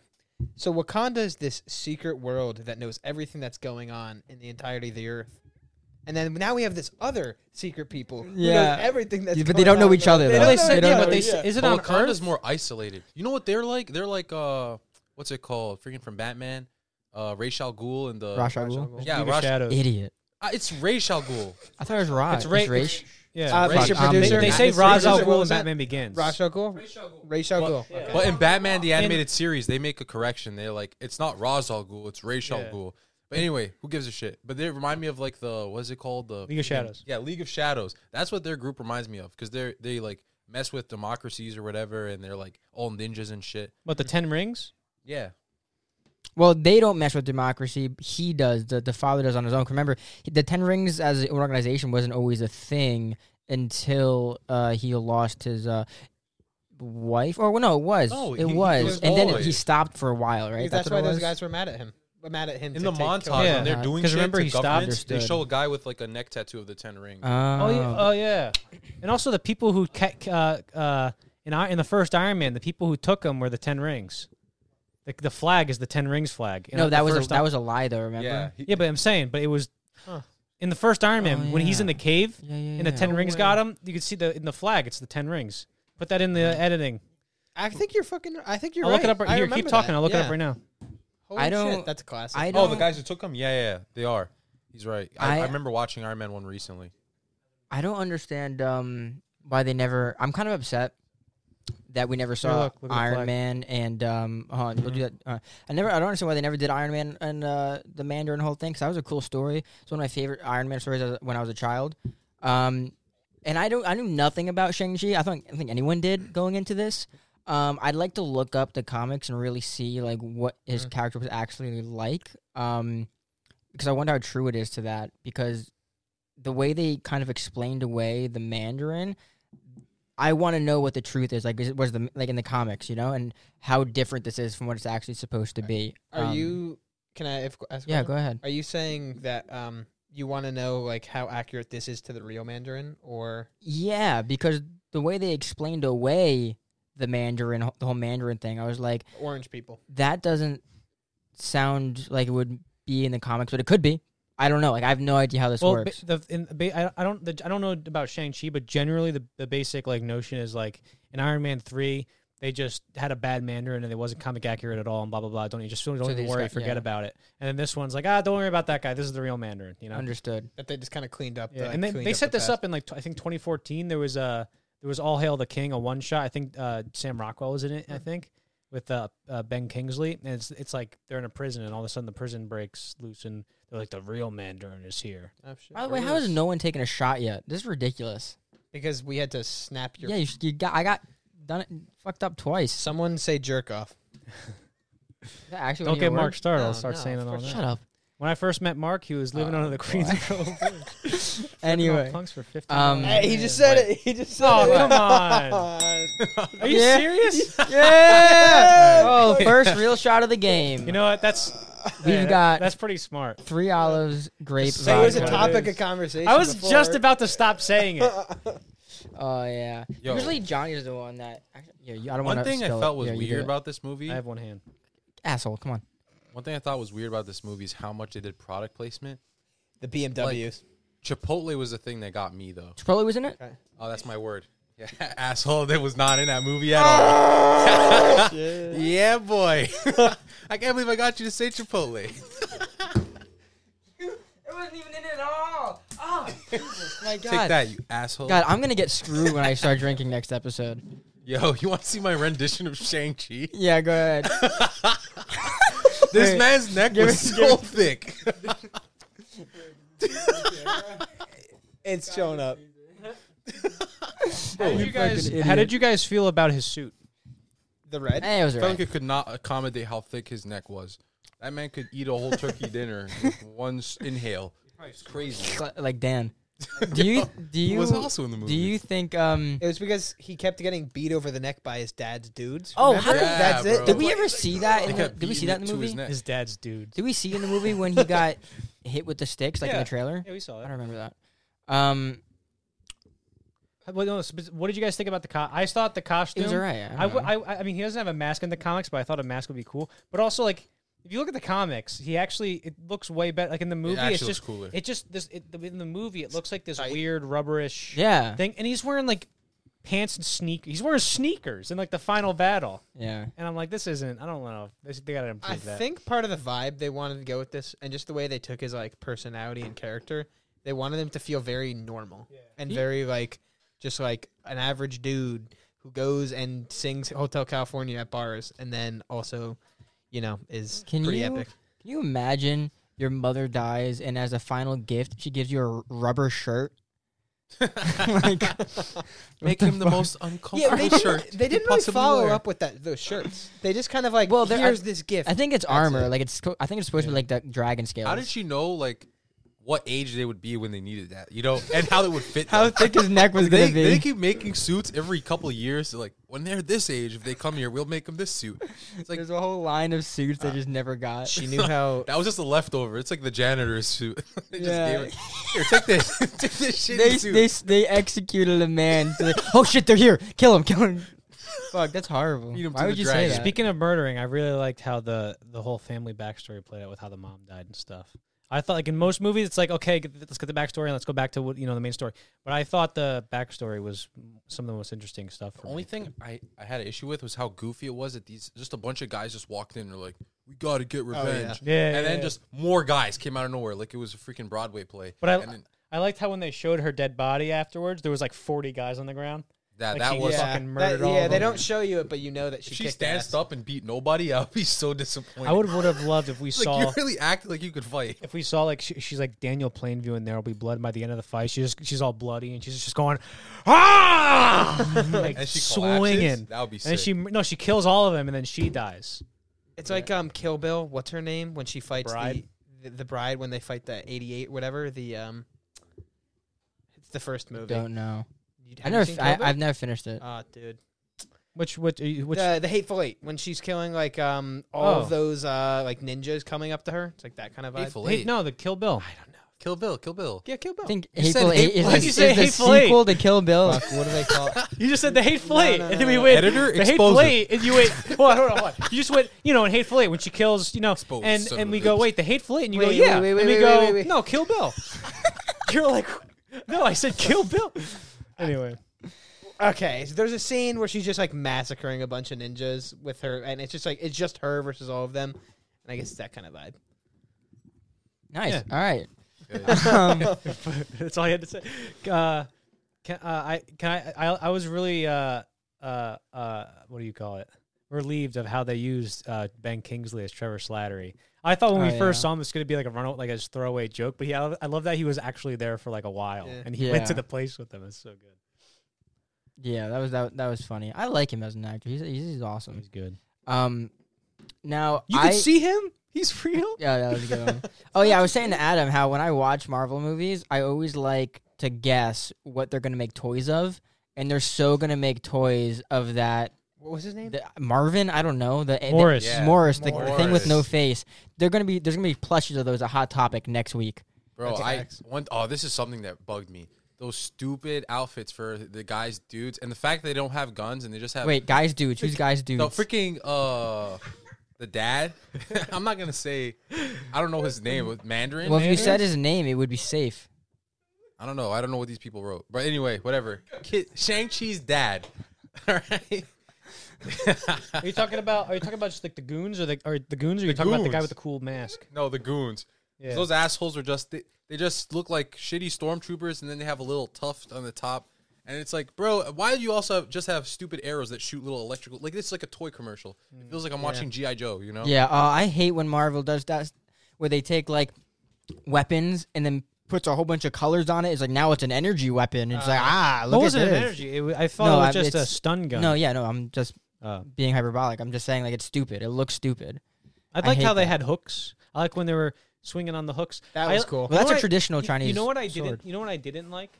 S3: so Wakanda is this secret world that knows everything that's going on in the entirety of the earth, and then now we have this other secret people who
S2: Yeah.
S3: know everything that's.
S2: Yeah, but
S3: going
S2: they don't
S3: on
S2: know
S3: in
S2: each
S3: the-
S2: other,
S3: They
S2: though.
S3: don't
S1: They
S3: know
S1: said-
S3: each
S2: don't
S1: yeah,
S2: know
S1: but
S3: other,
S1: they
S3: yeah.
S1: s- is it
S4: Well,
S1: on
S4: Wakanda's
S1: Earth?
S4: more isolated. You know what they're like? They're like uh, what's it called? Freaking from Batman, uh, Ra's al Ghul and the
S2: Ra's al Ghul?
S4: Yeah,
S1: League of
S4: Ra's-
S1: Shadows.
S2: Idiot.
S4: Uh, it's Ra's al Ghul.
S2: I thought it was Raj.
S1: It's Ra-
S2: It's Raish.
S1: Yeah,
S3: Uh,
S1: Ra-
S3: Mr.
S2: Ra- um,
S1: they,
S3: Producer,
S1: they
S2: Mr.
S1: say
S3: Mr.
S1: Ra's al
S3: Producer, what
S1: Ghul
S3: was
S1: and
S3: that?
S1: Batman Begins.
S3: Ra's al Ghul. Ra's al Ghul. Okay.
S4: But in Batman the animated series, they make a correction. They're like, it's not Ra's al Ghul, it's Ra's al
S1: Yeah.
S4: Ghul. But anyway, who gives a shit? But they remind me of like the what is it called? The
S1: League of Shadows.
S4: Yeah, League of Shadows. That's what their group reminds me of because they're they like mess with democracies or whatever, and they're like all ninjas and shit.
S1: But the Ten Rings.
S4: Yeah,
S2: Well, they don't mess with democracy. He does. The, the father does on his own. 'Cause Remember, he- the Ten Rings as an organization wasn't always a thing until uh, he lost his uh, wife. Or, well, no, it was.
S4: No,
S2: it
S4: he- he
S2: was.
S4: was
S2: and then it, he
S4: always-
S2: stopped for a while, right?
S3: Because That's,
S2: what
S3: why
S2: it
S3: those
S2: was?
S3: guys were mad at him. Were mad at him
S4: in
S3: to
S4: the
S3: take
S4: montage
S3: Killmonger.
S1: Yeah.
S4: when they're doing
S2: 'Cause
S4: shit
S1: remember
S4: to
S1: he stopped.
S4: governments, they
S2: Understood.
S4: show a guy with like a neck tattoo of the Ten Rings.
S1: Oh,
S2: Uh,
S1: yeah. Oh yeah. And also the people who ca- uh, uh, in I- in the first Iron Man, the people who took him were the Ten Rings. The, the flag is the Ten Rings flag. in
S2: no,
S1: the
S2: that was a,
S1: first
S2: that
S1: Iron-
S2: was a lie, though. Remember?
S4: yeah, he-
S1: Yeah, but I'm saying, but it was in the first Iron Man
S2: Oh,
S1: when he's in
S2: yeah.
S1: the cave
S2: Yeah, yeah,
S1: and the
S2: yeah.
S1: Ten
S2: No
S1: Rings
S2: way.
S1: got him. You can see the in the flag, it's the Ten Rings. Put that in the editing.
S3: I think you're fucking. I think you're
S1: I'll
S3: right.
S1: look it up. Right,
S3: I
S1: here, keep
S3: remember
S1: talking.
S3: that.
S1: I'll look it
S3: Yeah.
S1: up right now.
S3: Holy
S2: I
S3: shit,
S2: don't-
S3: that's a classic.
S2: I
S4: Oh,
S2: don't.
S4: the guys who took him. Yeah, yeah, they are. He's right. I, I,
S2: I-
S4: remember watching Iron Man one recently.
S2: I don't understand um, why they never. I'm kind of upset that we never saw
S1: look, look at the
S2: Iron
S1: flag. Mm-hmm.
S2: Man and um. Hold on, we'll do that. Uh, I never. I don't understand why they never did Iron Man and uh, the Mandarin whole thing. Cause that was a cool story. It's one of my favorite Iron Man stories as- when I was a child. Um, and I don't. I knew nothing about Shang Chi. I don't I don't think anyone did going into this. Um, I'd like to look up the comics and really see like what his
S1: Mm-hmm.
S2: character was actually like. Um, because I wonder how true it is to that. Because the way they kind of explained away the Mandarin, I want to know what the truth is. Like, is it was the like in the comics, you know, and how different this is from what it's actually supposed to be.
S3: Are
S2: Um,
S3: you? Can I if, ask? a
S2: Yeah,
S3: question?
S2: go ahead.
S3: Are you saying that um you want to know like how accurate this is to the real Mandarin, or
S2: Yeah, because the way they explained away the Mandarin, the whole Mandarin thing, I was like,
S3: orange people.
S2: that doesn't sound like it would be in the comics, but it could be. I don't know. Like I have no idea how this
S1: well, ba-
S2: works.
S1: the in, ba- I, I don't the, I don't know about Shang Chi, but generally the, the basic like notion is like in Iron Man three, they just had a bad Mandarin and it wasn't comic accurate at all, and blah blah blah. Don't you just don't
S2: So they
S1: even
S2: just
S1: worry,
S2: got-
S1: forget
S2: yeah.
S1: about it. And then this one's like, ah, don't worry about that guy. This is the real Mandarin, you know.
S2: Understood.
S3: That they just kind of cleaned up.
S1: Yeah,
S3: the,
S1: and they,
S3: cleaned
S1: they
S3: up
S1: set
S3: the
S1: this
S3: past.
S1: up in like tw- I think 2014. There was a there was All Hail the King, a one shot. I think uh, Sam Rockwell was in it.
S3: Mm-hmm.
S1: I think with uh, uh, Ben Kingsley, and it's it's like they're in a prison, and all of a sudden the prison breaks loose, and they're like the real Mandarin is here.
S3: Oh, shit.
S2: By the way, how has no one taken a shot yet? This is ridiculous.
S3: Because we had to snap your.
S2: yeah, you, you got. I got done it fucked up twice.
S3: Someone say jerk off.
S2: Is that actually
S1: Don't
S2: one of your
S1: get Mark
S2: words?
S1: started.
S3: No,
S1: I'll start
S3: no,
S1: saying
S3: of
S1: it all
S3: course
S1: night.
S2: Shut up.
S1: When I first met Mark, he was living
S2: Oh,
S1: under the Queens
S2: boy.
S1: Road Bridge.
S2: Anyway.
S1: punks for 50
S2: Um, Hey,
S3: he just said it. He just said
S1: Oh,
S3: it.
S1: come on. Are you
S2: Yeah.
S1: serious?
S2: Yeah. oh, first real shot of the game.
S1: You know what? That's
S2: We've
S1: yeah, that-
S2: got-
S1: that's pretty smart.
S2: three olives, grape.
S1: So
S3: It was a
S1: What it
S2: vodka.
S3: topic
S1: is.
S3: of conversation.
S1: I was
S3: before.
S1: just about to stop saying it.
S2: Oh yeah.
S4: Yo.
S2: Usually Johnny's the one that. Yeah, you- I don't want
S4: One
S2: to.
S4: thing I felt was
S2: yeah, you do
S4: weird
S2: it.
S4: about this movie.
S1: I have one hand.
S2: asshole. Come on.
S4: One thing I thought was weird about this movie is how much they did product placement.
S3: the BMWs.
S4: Chipotle was the thing that got me though.
S2: Chipotle was in it.
S4: Oh, that's my word. Yeah, asshole that was not in that movie at all. yeah, boy. I can't believe I got you to say Chipotle.
S2: It wasn't even in it at all. Oh, Jesus, my God.
S4: Take that, you asshole.
S2: God, I'm gonna get screwed when I start drinking next episode.
S4: Yo, you want to see my rendition of Shang-Chi?
S2: Yeah, go ahead.
S4: This man's neck was so thick.
S3: it's showing up.
S1: How did you guys? How did you guys feel about his suit?
S3: The red.
S2: Hey, it was alright.
S4: Funka could not accommodate how thick his neck was. That man could eat a whole turkey dinner with one s- inhale. It's crazy.
S2: Cl- Like Dan. Do you do you
S4: was also in the
S2: do
S4: movie.
S2: you think um?
S3: It was because he kept getting beat over the neck by his dad's dudes.
S2: Oh,
S3: remember?
S2: how did,
S4: Yeah,
S3: that's it.
S4: bro.
S2: did we ever see that? In the,
S4: kept
S2: did we see
S4: beating
S2: that in
S4: it
S2: the
S4: to his
S2: movie?
S4: neck.
S1: His dad's dude.
S2: Did we see in the movie when he got hit with the sticks, like in
S1: Yeah.
S2: the trailer?
S1: Yeah, we saw
S2: I
S1: that.
S2: don't remember that. Um,
S1: Well, no, sp- what did you guys think about the co I thought the costume.
S2: it was alright.
S1: I, w- I- I mean, he doesn't have a mask in the comics, but I thought a mask would be cool. But also, like, if you look at the comics, he actually it looks way better. Like in the movie,
S4: actually
S1: it's
S4: looks
S1: just
S4: cooler.
S1: It just this it, the- in the movie, it looks like this
S3: Tight.
S1: weird rubberish
S2: yeah,
S1: thing, and he's wearing like pants and sneakers. He's wearing sneakers in like the final battle,
S2: yeah.
S1: and I'm like, this isn't. I don't know. This, they gotta improve
S3: I
S1: that.
S3: think part of the vibe they wanted to go with this, and just the way they took his like personality and character, they wanted him to feel very normal and very like just like an average dude who goes and sings Hotel California at bars, and then also, you know, is
S2: Can
S3: pretty
S2: you
S3: epic.
S2: can you imagine your mother dies and as a final gift she gives you a r- rubber shirt? like,
S4: Make him the most uncomfortable
S3: they
S4: shirt.
S3: didn't, they didn't really follow up with that those shirts. They just kind of like,
S2: Well,
S3: well,
S2: they're-
S3: here's this gift.
S2: I think it's
S3: That's
S2: armor.
S3: it.
S2: Like it's co- I think it's supposed to be like the dragon scales.
S4: How did she know like what age they would be when they needed that? You know, and how it would fit.
S2: How
S4: them?
S2: thick his neck was gonna
S4: They,
S2: be?
S4: they keep making suits every couple of years. They're like when they're this age, if they come here, we'll make them this suit. It's like Uh,
S2: There's a whole line of suits they just never got.
S3: she knew how.
S4: that was just a leftover. It's like the janitor's suit. they
S2: Yeah.
S4: just gave it. Here, take this. take this shitty
S2: they,
S4: suit.
S2: they they executed a man. So they- oh shit, they're here! Kill him! Kill him! Fuck, that's horrible.
S4: Feed him
S2: Why
S4: to
S2: would
S4: the
S2: you
S4: dragon.
S2: say that?
S1: Speaking of murdering, I really liked how the the whole family backstory played out with how the mom died and stuff. I thought like in most movies, it's like okay, get, let's get the backstory and let's go back to what you know the main story. But I thought the backstory was some of the most interesting stuff. For
S4: The only
S1: me.
S4: thing I, I had an issue with was how goofy it was that these just a bunch of guys just walked in and they're like, We gotta get revenge.
S1: Oh, yeah. Yeah,
S4: and
S1: yeah,
S4: then
S1: yeah.
S4: just more guys came out of nowhere, like it was a freaking Broadway play.
S1: but I
S4: and then
S1: I liked how when they showed her dead body afterwards, there was like forty guys on the ground.
S4: that
S1: like
S4: that
S1: he
S4: was
S1: was fucking murdered
S3: That-
S1: all
S3: yeah,
S1: of
S3: they
S1: them.
S3: don't show you it, but you know that she,
S4: if she
S3: kicked
S4: stands
S3: ass.
S4: up and beat nobody, I would be so disappointed.
S1: I would would have loved if we
S4: It's
S1: saw
S4: like you really acted like you could fight.
S1: if we saw like she, she's like Daniel Plainview and there will be blood by the end of the fight. She just she's all bloody and she's just going ah, like
S4: And she collapses?
S1: swinging.
S4: That would be
S1: And then
S4: sick.
S1: she no, she kills all of them and then she dies.
S3: It's like um Kill Bill. What's her name when she fights
S1: Bride?
S3: The, the the bride when they fight the eighty eight whatever the um. It's the first movie.
S2: Don't know.
S3: You-
S2: I
S3: have you
S2: never.
S3: seen
S2: f-
S3: Kill
S2: I,
S3: Bill?
S2: I've never finished it.
S3: Ah, dude.
S1: Which which
S3: uh,
S1: which
S3: the, the Hateful Eight when she's killing like um all
S1: Oh.
S3: of those uh like ninjas coming up to her. It's like that kind of vibe.
S4: Hateful
S1: Hey,
S4: Eight.
S1: no, the Kill Bill.
S3: I don't know.
S4: Kill Bill, Kill Bill.
S3: Yeah, Kill Bill.
S2: I think
S4: You
S2: Hateful
S4: said
S2: Eight
S4: Hateful-
S2: is,
S4: why'd
S2: the-
S4: you
S2: is
S3: say
S2: the
S3: Hateful Eight?
S2: sequel to Kill Bill.
S1: Fuck, what do they call it?
S3: You just said the hateful eight,
S1: no,
S3: and
S1: no,
S3: then we
S1: no.
S3: went
S4: Editor
S3: the hateful
S4: exposes.
S3: eight, and you wait. Hold on, hold on, hold on. You just went, you know, in hateful eight when she kills, you know,
S4: Exposed,
S3: and
S4: son
S3: and
S4: of
S3: we
S4: a
S3: go
S4: bitch.
S3: wait the hateful eight, and you
S1: Wait,
S3: go
S1: wait,
S3: yeah,
S1: wait, wait,
S3: and we
S1: wait,
S3: go
S1: wait, wait.
S3: no, kill Bill. You're like, no, I said kill Bill.
S1: Anyway,
S3: Okay, so there's a scene where she's just like massacring a bunch of ninjas with her, and it's just like it's just her versus all of them, and I guess it's that kind of vibe.
S2: Nice.
S3: Yeah.
S2: All right.
S3: That's all I had to say.
S1: uh, can uh, I can I, I I was really uh uh uh what do you call it relieved of how they used uh, Ben Kingsley as Trevor Slattery. I thought when
S2: Oh,
S1: we first
S2: yeah.
S1: saw him, it's gonna be like a run like a just throwaway joke, but yeah, I love that he was actually there for like a while
S3: Yeah.
S1: and he went to
S2: Yeah.
S1: the place with them. It's so good.
S2: Yeah, that was that, that was funny. I like him as an actor. He's he's, he's awesome.
S1: He's good.
S2: Um, now
S3: You
S2: I,
S3: can see him. He's real.
S2: Yeah, that was a good one. oh yeah, I was saying to Adam how when I watch Marvel movies, I always like to guess what they're gonna make toys of, and they're so gonna make toys of that
S3: What was his name?
S2: the, Marvin. I don't know the the-
S1: Morris.
S4: Yeah.
S2: Morris, the, the thing with
S4: Morris.
S2: no face. They're gonna be there's gonna be plushies of those at Hot Topic next week.
S4: Bro,
S3: That's
S4: I
S3: facts.
S4: one oh, this is something that bugged me. Those stupid outfits for the guys, dudes, and the fact that they don't have guns and they just have
S2: Wait, guys, dudes, who's guys, dudes?
S4: the freaking uh the dad. I'm not gonna say I don't know his name with Mandarin.
S2: well, if you said his name, it would be safe.
S4: I don't know. I don't know what these people wrote. But anyway, whatever. Kid Shang Chi's dad. All right.
S1: Are you talking about? Are you talking about just like the goons or the or the goons? Or are you talking about the guy
S4: goons.
S1: with the cool mask?
S4: No, the goons. 'Cause
S1: Yeah.
S4: Those assholes are just they, they just look like shitty stormtroopers, and then they have a little tuft on the top, and it's like, bro, why do you also have, just have stupid arrows that shoot little electrical? Like it's like a toy commercial. It feels like I'm watching GI Joe, you know?
S2: Yeah, uh, I hate when Marvel does that, where they take like weapons and then puts a whole bunch of colors on it. It's like now it's an energy weapon. It's
S4: Uh,
S2: like ah, look
S1: It
S2: at
S1: wasn't an
S2: this.
S1: energy. It, wa- I thought
S2: No,
S1: it
S2: I'm-
S1: was just a
S2: it's-
S1: stun gun.
S2: No, yeah, no, I'm just
S1: Uh,
S2: being hyperbolic. I'm just saying like it's stupid. It looks stupid.
S1: I
S2: I
S1: liked
S2: hate
S1: how they
S2: that.
S1: had hooks. I like when they were swinging on the hooks.
S3: That
S1: I-
S3: was cool.
S1: you
S2: Well, that's
S1: know
S2: a
S1: what I-
S2: traditional
S1: you-
S2: Chinese.
S1: You know what I didn't?
S2: sword.
S1: You know what I didn't like?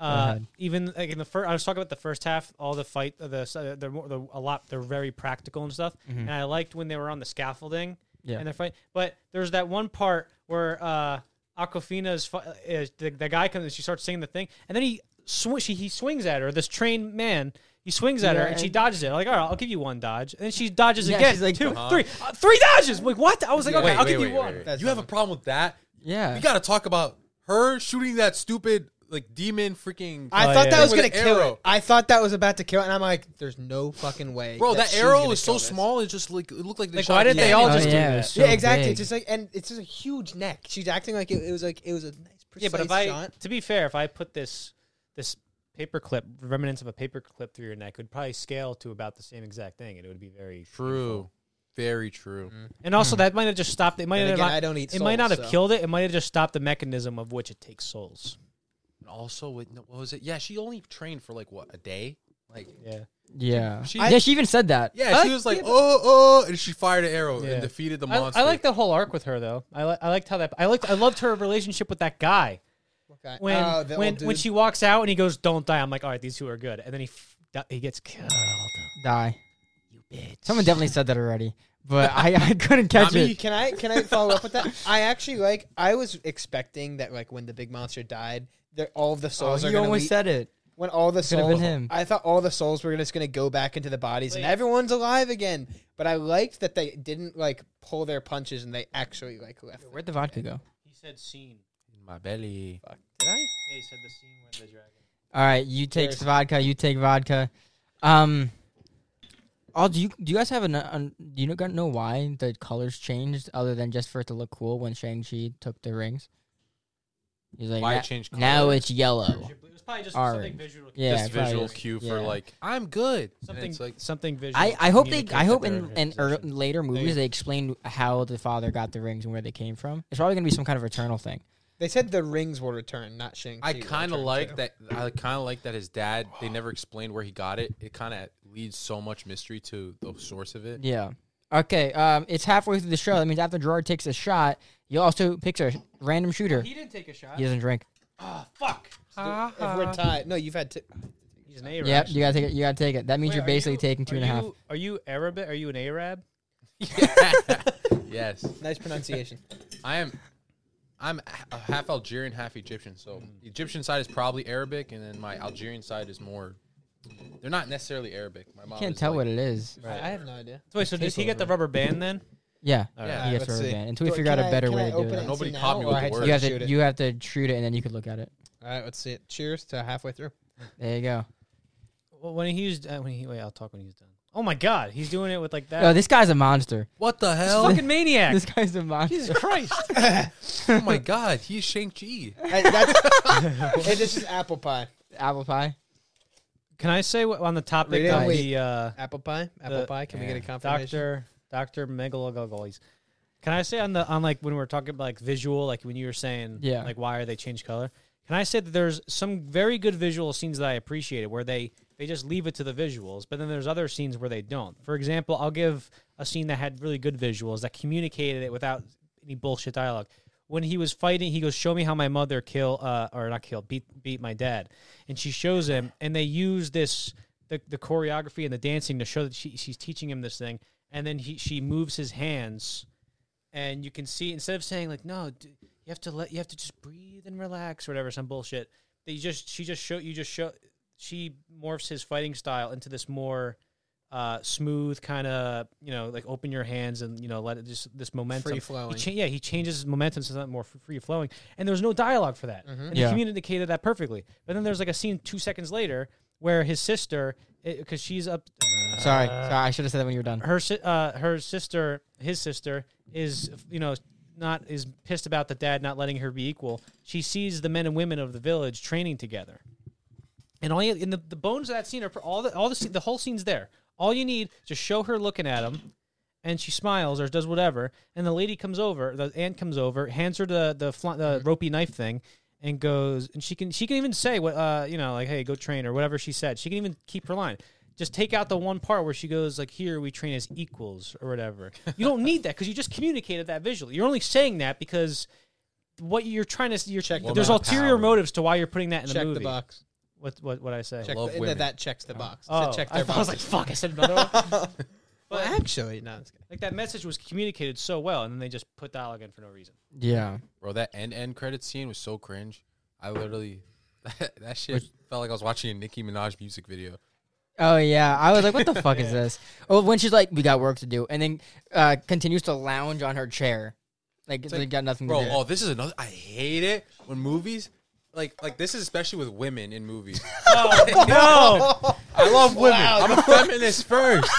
S1: Uh,
S2: ahead.
S1: even like in the first, I was talking about the first half. All the fight, uh, the s- uh, they're, more- they're a lot. They're very practical and stuff. And I liked when they were on the scaffolding.
S2: Mm-hmm. Yeah.
S1: And they're fighting. But there's that one part where uh, Aquafina's fi- uh, is the, the guy comes and she starts singing the thing, and then he sw- she, he swings at her. This trained man. He swings at her
S2: Yeah,
S1: and she
S2: and-
S1: dodges it. I'm like, all right, I'll give you one dodge. And then she dodges
S2: Yeah,
S1: again.
S2: she's like,
S1: two,
S2: uh-huh.
S1: three, uh, three dodges. Like, what? I was like, okay,
S4: Wait,
S1: I'll
S4: wait,
S1: give
S4: wait,
S1: you
S4: wait,
S1: one.
S4: wait.
S3: That's
S4: You have a
S3: dumb.
S4: problem with that?
S2: Yeah.
S4: We got to talk about her shooting that stupid like demon freaking.
S3: I
S1: Oh,
S3: thought
S1: yeah.
S3: that was
S4: With
S3: gonna
S4: an
S3: kill
S4: arrow.
S3: it. I thought that was about to kill it, and I'm like, "There's no fucking way."
S4: Bro, that
S3: she's
S4: arrow
S3: gonna
S4: is so
S3: kill this.
S4: small. It's just like it looked like they
S1: Like,
S4: shot
S1: why
S4: a
S1: didn't they
S4: cannon
S1: all
S4: or
S2: Oh,
S1: just
S4: something.
S1: do
S2: yeah,
S1: this?
S2: it's
S3: yeah,
S2: so
S3: exactly.
S2: big.
S3: It's just like, and it's just a huge neck. She's acting like it, it was like it was a nice, precise
S1: yeah, but if I,
S3: shot.
S1: to be fair, if I put this this paper clip, remnants of a paper clip through your neck, it would probably scale to about the same exact thing, and it would be very
S4: True, very true.
S1: And also, that might have just stopped. It might
S3: Hmm. And
S1: have
S3: again,
S1: not,
S3: I don't eat
S1: It might not
S3: souls,
S1: have
S3: so.
S1: killed it. It might have just stopped the mechanism of which it takes souls.
S4: And also, with, what was it? Yeah, she only trained for like what a day. Like
S1: Yeah,
S2: yeah.
S4: She-
S2: yeah, she even said that.
S4: Yeah, she
S1: I-
S4: was like,
S1: yeah, but-
S4: oh, oh, and she fired an arrow
S1: Yeah.
S4: and defeated the
S1: I,
S4: monster.
S1: I like the whole arc with her though. I li- I liked how that. I liked. I loved her relationship with that guy.
S3: Okay.
S1: When
S3: Oh, the
S1: when
S3: old
S1: when
S3: dude.
S1: she walks out and he goes, "Don't die." I'm like, all right, these two are good. And then he f- di- he gets killed.
S2: Die. You bitch. Someone definitely said that already, but I, I couldn't catch
S4: me.
S2: it.
S3: Can I can I follow up with that? I actually like. I was expecting that like when the big monster died, that all of the
S2: Oh,
S3: souls are
S2: you
S3: going to
S2: almost
S3: be
S2: said it.
S3: when all the
S2: Could've
S3: souls.
S2: been him.
S3: I thought all the souls were just going to go back into the bodies and
S1: Wait.
S3: everyone's alive again. But I liked that they didn't like pull their punches and they actually like left. it.
S2: Where'd the vodka go?
S1: He said scene.
S4: In my belly.
S3: Did I?
S1: Yeah, he said the scene with the dragon.
S2: All right, you take
S3: Cheers.
S2: vodka. You take vodka. Um. Oh, do you do you guys have an? an do you know, know why the colors changed other than just for it to look cool when Shang Chi took the rings? He's like,
S4: Why
S2: "Na-
S4: change
S2: now
S4: colors?
S2: it's yellow.
S1: It was probably just
S2: Orange.
S1: something visual.
S2: Yeah,
S4: Just
S2: probably
S4: visual
S2: is.
S4: cue for
S2: Yeah.
S4: like, I'm good. And
S1: Something
S4: it's like,
S1: something visual.
S2: I, I hope they
S1: communicates
S2: I
S1: that
S2: hope
S1: they're
S2: in
S1: her
S2: in er,
S1: position.
S2: later movies
S1: you-
S2: they explain how the father got the rings and where they came from. It's probably gonna be some kind of eternal thing.
S3: They said the rings will return, not Shang.
S4: I kind of like that. I kind of like that his dad. They never explained where he got it. It kind of leads so much mystery to the source of it.
S2: Yeah. Okay. Um, it's halfway through the show. That means after Gerard takes a shot, he also picks a random shooter.
S1: He didn't take a shot.
S2: He doesn't drink.
S1: Oh fuck!
S3: If we're tied, no, you've had to.
S1: He's an Arab.
S2: Yep, you gotta take it. You gotta take it. That means
S1: Wait,
S2: you're
S1: are
S2: basically
S1: you-
S2: taking two and a half.
S1: you- Are you Arab? Are you an Arab?
S4: yes,
S3: Nice pronunciation.
S4: I am. I'm a- half Algerian, half Egyptian. So the Egyptian side is probably Arabic, and then my Algerian side is more. They're not necessarily Arabic. My mom
S2: Can't
S4: is
S2: tell
S4: like-
S2: what it is.
S3: I I have no idea.
S1: Wait, so does he get the rubber band then?
S2: Yeah,
S1: All
S4: Yeah,
S1: right.
S2: he gets
S3: let's
S2: rubber
S3: see.
S2: band until we figure out a better way to do it.
S4: Nobody caught me with the
S2: You
S4: word.
S2: have to you have to shoot it and then you could look at it.
S3: All right, let's see it. Cheers to halfway through.
S2: There you go.
S1: Well, when he's uh, when he wait, I'll talk when he's done. Oh my God, he's doing it with like that.
S2: Oh, this guy's a monster.
S4: What the
S1: This
S4: hell?
S1: fucking maniac.
S2: This guy's a monster.
S1: Jesus Christ.
S4: oh my god, he's Shang Chi.
S3: this is apple pie.
S2: Apple pie.
S1: Can I say what, on the topic
S3: Read it.
S1: of
S3: Wait.
S1: the uh,
S3: Apple pie. Apple
S1: The-
S3: pie. Can we get a confirmation?
S1: Doctor Doctor Megalogogolis? Can I say on the on like when we're talking about like visual, like when you were saying,
S2: Yeah.
S1: like why are they change color? Can I say that there's some very good visual scenes that I appreciated where they they just leave it to the visuals, but then there's other scenes where they don't. For example, I'll give a scene that had really good visuals that communicated it without any bullshit dialogue. When he was fighting, he goes, "Show me how my mother kill uh, or not kill beat beat my dad," and she shows him, and they use this the, the choreography and the dancing to show that she, she's teaching him this thing, and then he she moves his hands and you can see instead of saying like no d- you have to let you have to just breathe and relax or whatever some bullshit they just she just show you just show she morphs his fighting style into this more uh, smooth kind of you know like open your hands and you know let it just this momentum
S3: Free-flowing.
S1: He cha- yeah he changes his momentum to something more free flowing and there was no dialogue for that and
S2: Yeah.
S1: they communicated that perfectly but then there's like a scene two seconds later where his sister because she's up
S2: Uh, Sorry, sorry. I should have said that when you were done.
S1: her si- uh, her sister, his sister, is you know not is pissed about the dad not letting her be equal. She sees the men and women of the village training together, and all you in the, the bones of that scene are pr- all the all the scene, the whole scene's there. All you need just show her looking at him, and she smiles or does whatever, and the lady comes over, the aunt comes over, hands her the the, fl- the ropey knife thing. And goes, and she can she can even say what uh you know like hey go train or whatever she said. She can even keep her line just take out the one part where she goes like here we train as equals or whatever you don't need that because you just communicated that visually you're only saying that because what you're trying to you're
S3: Check the
S1: there's
S4: box.
S1: ulterior
S4: Power.
S1: motives to why you're putting that in
S3: Check
S1: the
S3: the,
S1: movie
S3: box.
S1: what what what i say
S3: Check
S4: love
S3: the,
S4: women.
S3: That checks the box. It said
S1: oh
S3: check
S1: I,
S3: their
S1: thought- I was like
S3: box.
S1: fuck i said another one
S3: Well,
S1: but
S3: actually, no. it's good.
S1: like that message was communicated so well and then they just put dialogue in for no reason
S2: Yeah.
S4: Bro, that end end credit scene was so cringe. I literally that, that shit
S2: Which-
S4: felt like I was watching a Nicki Minaj music video.
S2: Oh yeah, I was like, "What the fuck is this?" Oh, when she's like, "We got work to do," and then uh, continues to lounge on her chair, like it's like, got nothing
S4: Bro,
S2: to do.
S4: oh, this is another I hate it when movies like like this is especially with women in movies. no, I love women. I'm a feminist first.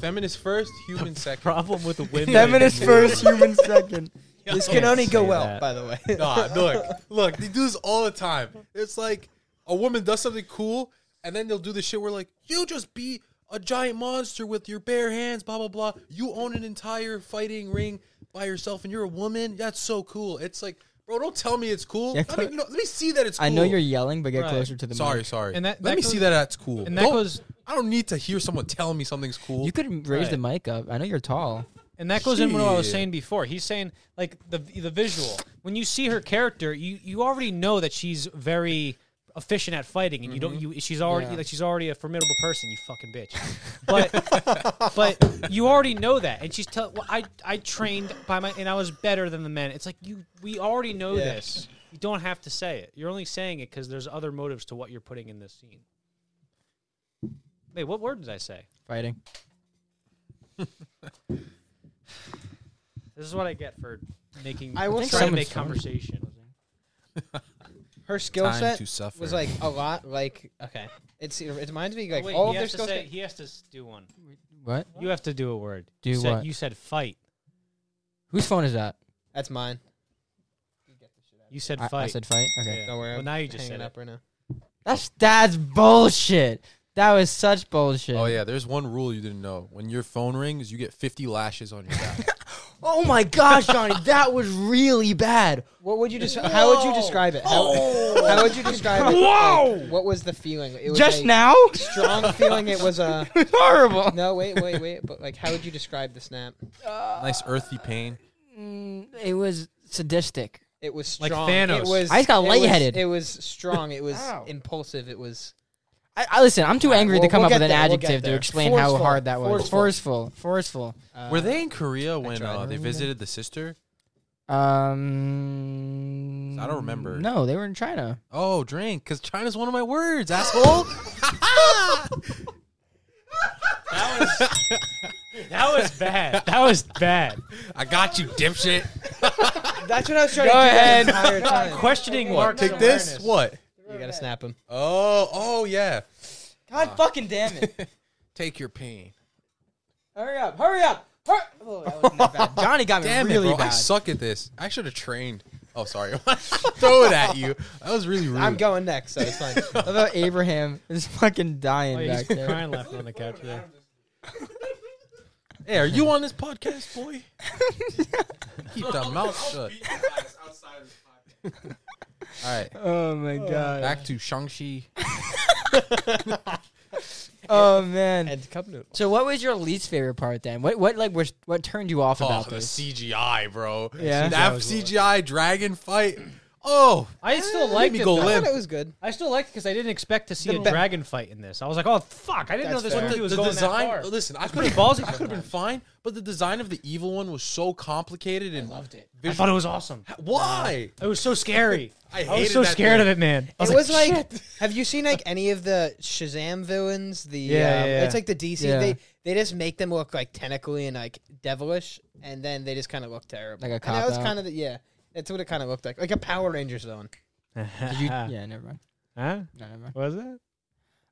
S4: feminist first, human second.
S1: problem with the women
S2: Feminist first, human second.
S3: This can only go
S1: say
S3: well,
S1: that.
S3: by the way.
S4: Nah, look, look, they do this all the time. It's like a woman does something cool, and then they'll do this shit where like you just be a giant monster with your bare hands, blah blah blah. You own an entire fighting ring by yourself, and you're a woman. That's so cool. It's like, bro, don't tell me it's cool.
S2: Yeah,
S4: I don't
S2: cl-
S4: know- let me see that it's. cool.
S2: I know you're yelling, but get
S1: Right.
S2: closer to the.
S4: Sorry,
S2: mic.
S4: sorry.
S1: And that-
S4: let
S1: that
S4: me
S1: goes-
S4: see that that's cool.
S1: and that
S4: Don't-
S1: goes-
S4: I don't need to hear someone telling me something's cool.
S2: You could raise
S1: Right.
S2: the mic up. I know you're tall.
S1: And that goes in with what I was
S4: Shit.
S1: saying before. He's saying like the the visual. When you see her character, you you already know that she's very efficient at fighting, and you don't you she's already
S2: Yeah.
S1: like she's already a formidable person. You fucking bitch. But but you already know that, and she's tell. Well, I I trained by my and I was better than the men. It's like you we already know
S3: Yeah.
S1: this. You don't have to say it. You're only saying it because there's other motives to what you're putting in this scene. Wait, what word did I say?
S2: Fighting.
S1: This is what I get for making.
S3: I
S1: I
S3: will
S1: will
S3: think
S1: try to
S2: someone's
S1: make
S2: phone-
S1: conversation.
S3: Her skill
S4: Time
S3: set
S4: to suffer.
S3: was like a lot like okay. It's it reminds me like
S1: Wait,
S3: all
S1: he
S3: of their
S1: has to
S3: skill
S1: say-
S3: set.
S1: he has to s- do one.
S2: What?
S1: You have to do a word.
S2: Do
S1: you said,
S2: what?
S1: You said fight.
S2: Whose phone is that?
S3: That's mine.
S1: You said
S2: I,
S1: fight.
S2: I said fight. Okay.
S1: Yeah.
S3: Don't worry.
S1: Well,
S3: I'm
S1: now you just
S3: hanging
S1: said
S3: up right now.
S2: That's that's bullshit. That was such bullshit.
S4: Oh yeah, there's one rule you didn't know. When your phone rings, you get 50 lashes on your back.
S2: Oh my gosh, Johnny, that was really bad.
S3: What would you describe? How would you describe it? How, how would you describe it? Whoa! what was the feeling? It was
S2: Just
S3: a
S2: now?
S3: Strong feeling. It was a.
S2: It was horrible.
S3: No, wait, wait, wait. But like, how would you describe the snap?
S4: nice earthy pain.
S2: Mm, it was sadistic.
S3: It was strong.
S1: Like Thanos.
S3: It was.
S2: I just got
S3: it was-
S2: lightheaded.
S3: It was, strong. It was
S2: Ow.
S3: impulsive. It was.
S2: I, I listen. I'm too angry
S3: we'll-
S2: to come
S3: we'll
S2: up with an
S3: get there, we'll get
S2: adjective to
S3: there.
S2: explain how
S3: Forceful,
S2: hard that was.
S3: forceful.
S2: Forceful, forceful.
S3: Uh,
S4: Were they in Korea when
S2: tried
S4: uh,
S2: to
S4: they
S2: remember.
S4: visited the sister?
S2: Um,
S4: I don't remember.
S2: No, they were in China.
S4: Oh, drink, because China's one of my words, asshole.
S1: That was bad. that was bad.
S4: I got you, dipshit.
S3: That's what I was trying
S2: Go
S3: to do
S2: ahead.
S3: the entire time.
S1: Questioning Mark's
S4: Take this.
S1: awareness.
S4: What?
S3: you gotta snap him.
S4: Oh, oh yeah.
S2: God
S4: Ah.
S2: fucking damn it!
S4: Take your pain.
S2: hurry up! Hurry up! Hurry- oh, that was not bad. Johnny got me
S4: Damn
S2: really
S4: it, bro.
S2: bad.
S4: I suck at this. I should have trained. Oh, sorry. Throw it at you. That was really rude.
S3: I'm going next, so it's fine.
S2: I thought Abraham is fucking dying
S1: Oh, yeah,
S2: back
S1: he's
S2: there.
S1: crying laughing on the couch there.
S4: Hey, are you on this podcast, boy? Keep the mouth shut. All right,
S2: Oh my god.
S4: back to Shang-Chi.
S2: Oh man.
S3: And cup noodle.
S2: So what was your least favorite part then? What what like was what turned you off
S4: Oh,
S2: about
S4: the
S2: this?
S4: CGI, bro.
S2: Yeah.
S4: That
S1: CGI was a lot.
S4: CGI dragon fight. Oh,
S1: I still
S4: made
S1: liked
S4: me
S1: it.
S4: go
S1: though.
S3: I
S4: limp.
S3: thought it was good.
S1: I still liked it because I didn't expect to see
S3: The
S1: a
S3: ba-
S1: dragon fight in this. I was like, oh fuck, I didn't know this
S3: That's fair.
S1: movie was
S4: the
S1: going
S4: design.
S1: that far.
S4: Listen, I could
S1: pretty
S4: have
S1: ballsy
S4: I could have been fine, but the design of the evil one was so complicated and loved it.
S1: I thought it was awesome.
S4: Why?
S1: It was so scary.
S4: I
S1: was
S4: hated
S1: so
S4: that
S1: scared of
S4: thing.
S1: it, man. I
S3: it was like,
S1: shit.
S3: have you seen like any of the Shazam villains? The
S1: Yeah,
S3: um,
S1: yeah, yeah.
S3: it's like the DC.
S2: Yeah.
S3: They they just make them look like tentacly and like devilish, and then they just kind of look terrible.
S2: Like a
S3: And that was
S2: cop-out.
S3: kind of the yeah. That's what it kind of looked like, like a Power Rangers villain.
S2: Did you, yeah, never mind.
S1: Huh?
S2: No, never mind.
S1: Was it?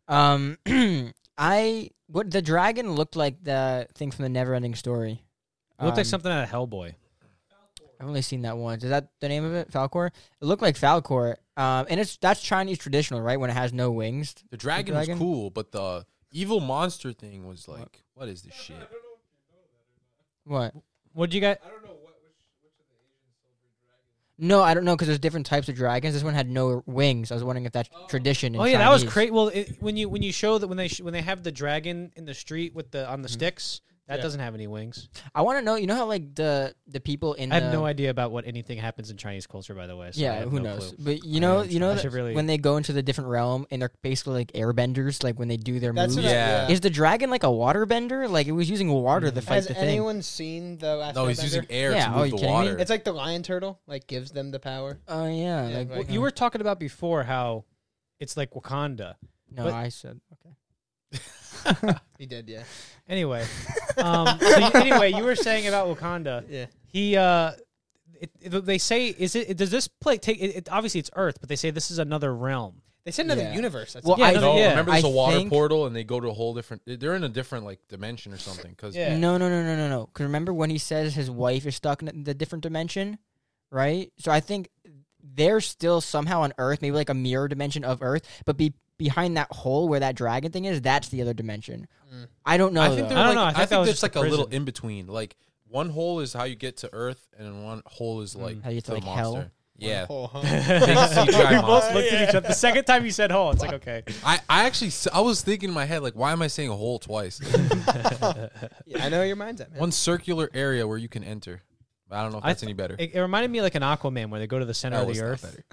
S2: Um I what the dragon looked like the thing from the never ending story.
S1: It looked
S2: Um,
S1: like something out of Hellboy.
S2: I've only seen that once. Is that the name of it? Falcor? It looked like Falcor. Um and it's that's Chinese traditional, right? When it has no wings.
S4: The dragon,
S2: dragon?
S4: was cool, but the evil monster thing was like, what is this shit?
S2: What?
S1: What'd you get?
S2: No, I don't know because there's different types of dragons. This one had no wings. I was wondering if that's tradition. In
S1: Oh yeah, that was
S2: Chinese.
S1: great. Well, it, when you when you show that when they sh- when they have the dragon in the street with the
S2: Mm-hmm.
S1: on the sticks, that doesn't have any wings.
S2: I want to know. You know how like the the people in
S1: I
S2: the,
S1: have no idea about what anything happens in Chinese culture, by the way. So I
S2: Yeah,
S1: have
S2: who
S1: no
S2: knows?
S1: clue.
S2: But you
S1: I
S2: know,
S1: am-
S2: you know
S1: I
S2: that
S1: should really-
S2: when they go into the different realm and they're basically like airbenders, like when they do their
S3: That's
S2: moves.
S3: what I,
S4: Yeah.
S2: Is the dragon like a water bender? Like it was using water to fight
S3: Has
S2: the thing.
S3: anyone seen the last?
S4: No, he's
S3: Airbender?
S4: using air
S2: Yeah,
S4: to
S2: oh,
S4: move
S2: you
S4: the
S2: kidding me?
S4: water.
S3: It's like the lion turtle, like gives them the power.
S2: Oh yeah,
S3: Yeah,
S2: like
S3: like-
S1: You were talking about before how it's like Wakanda.
S2: no,
S1: but-
S2: I said okay.
S3: He did, yeah,
S1: Anyway, um, so you- anyway, you were saying about Wakanda.
S3: yeah.
S1: He, uh, it, it- they say, is it? Does this play take? It, it, obviously, it's Earth, but they say this is another realm.
S3: They said another
S2: Yeah.
S3: universe. That's
S2: Well,
S3: yeah,
S2: I
S1: no,
S4: no,
S1: yeah.
S4: remember there's
S2: I
S4: a water
S2: think-
S4: portal, and they go to a whole different. They're in a different like dimension or something. Because
S1: Yeah.
S2: No, no, no, no, no, no. Because remember when he says his wife is stuck in the different dimension, right? So I think they're still somehow on Earth, maybe like a mirror dimension of Earth, but be behind that hole where that dragon thing is, that's the other dimension. I don't know.
S4: I
S2: though.
S4: think they're
S1: Oh, I don't
S4: like,
S1: know, I
S4: I
S1: thought
S4: think
S1: that was
S4: there's
S1: just a
S4: like a little
S1: prison.
S4: in between. Like one hole is how you get to Earth, and one hole
S1: Mm.
S4: is like
S2: How you get to,
S4: the
S2: like, hell.
S4: monster. Yeah,
S3: Oh, huh.
S4: Big CGI
S1: we both
S4: monster.
S1: looked at each other. The second time you said "hole," it's like okay.
S4: I, I actually s- I was thinking in my head like, why am I saying a hole twice?
S3: I know where your mind's at. Man.
S4: one circular area where you can enter. But I don't know if
S1: I
S4: that's
S1: th-
S4: any better.
S1: It, it reminded me like an Aquaman where they go to the center
S4: That
S1: of
S4: was
S1: the
S4: not
S1: Earth.
S4: better.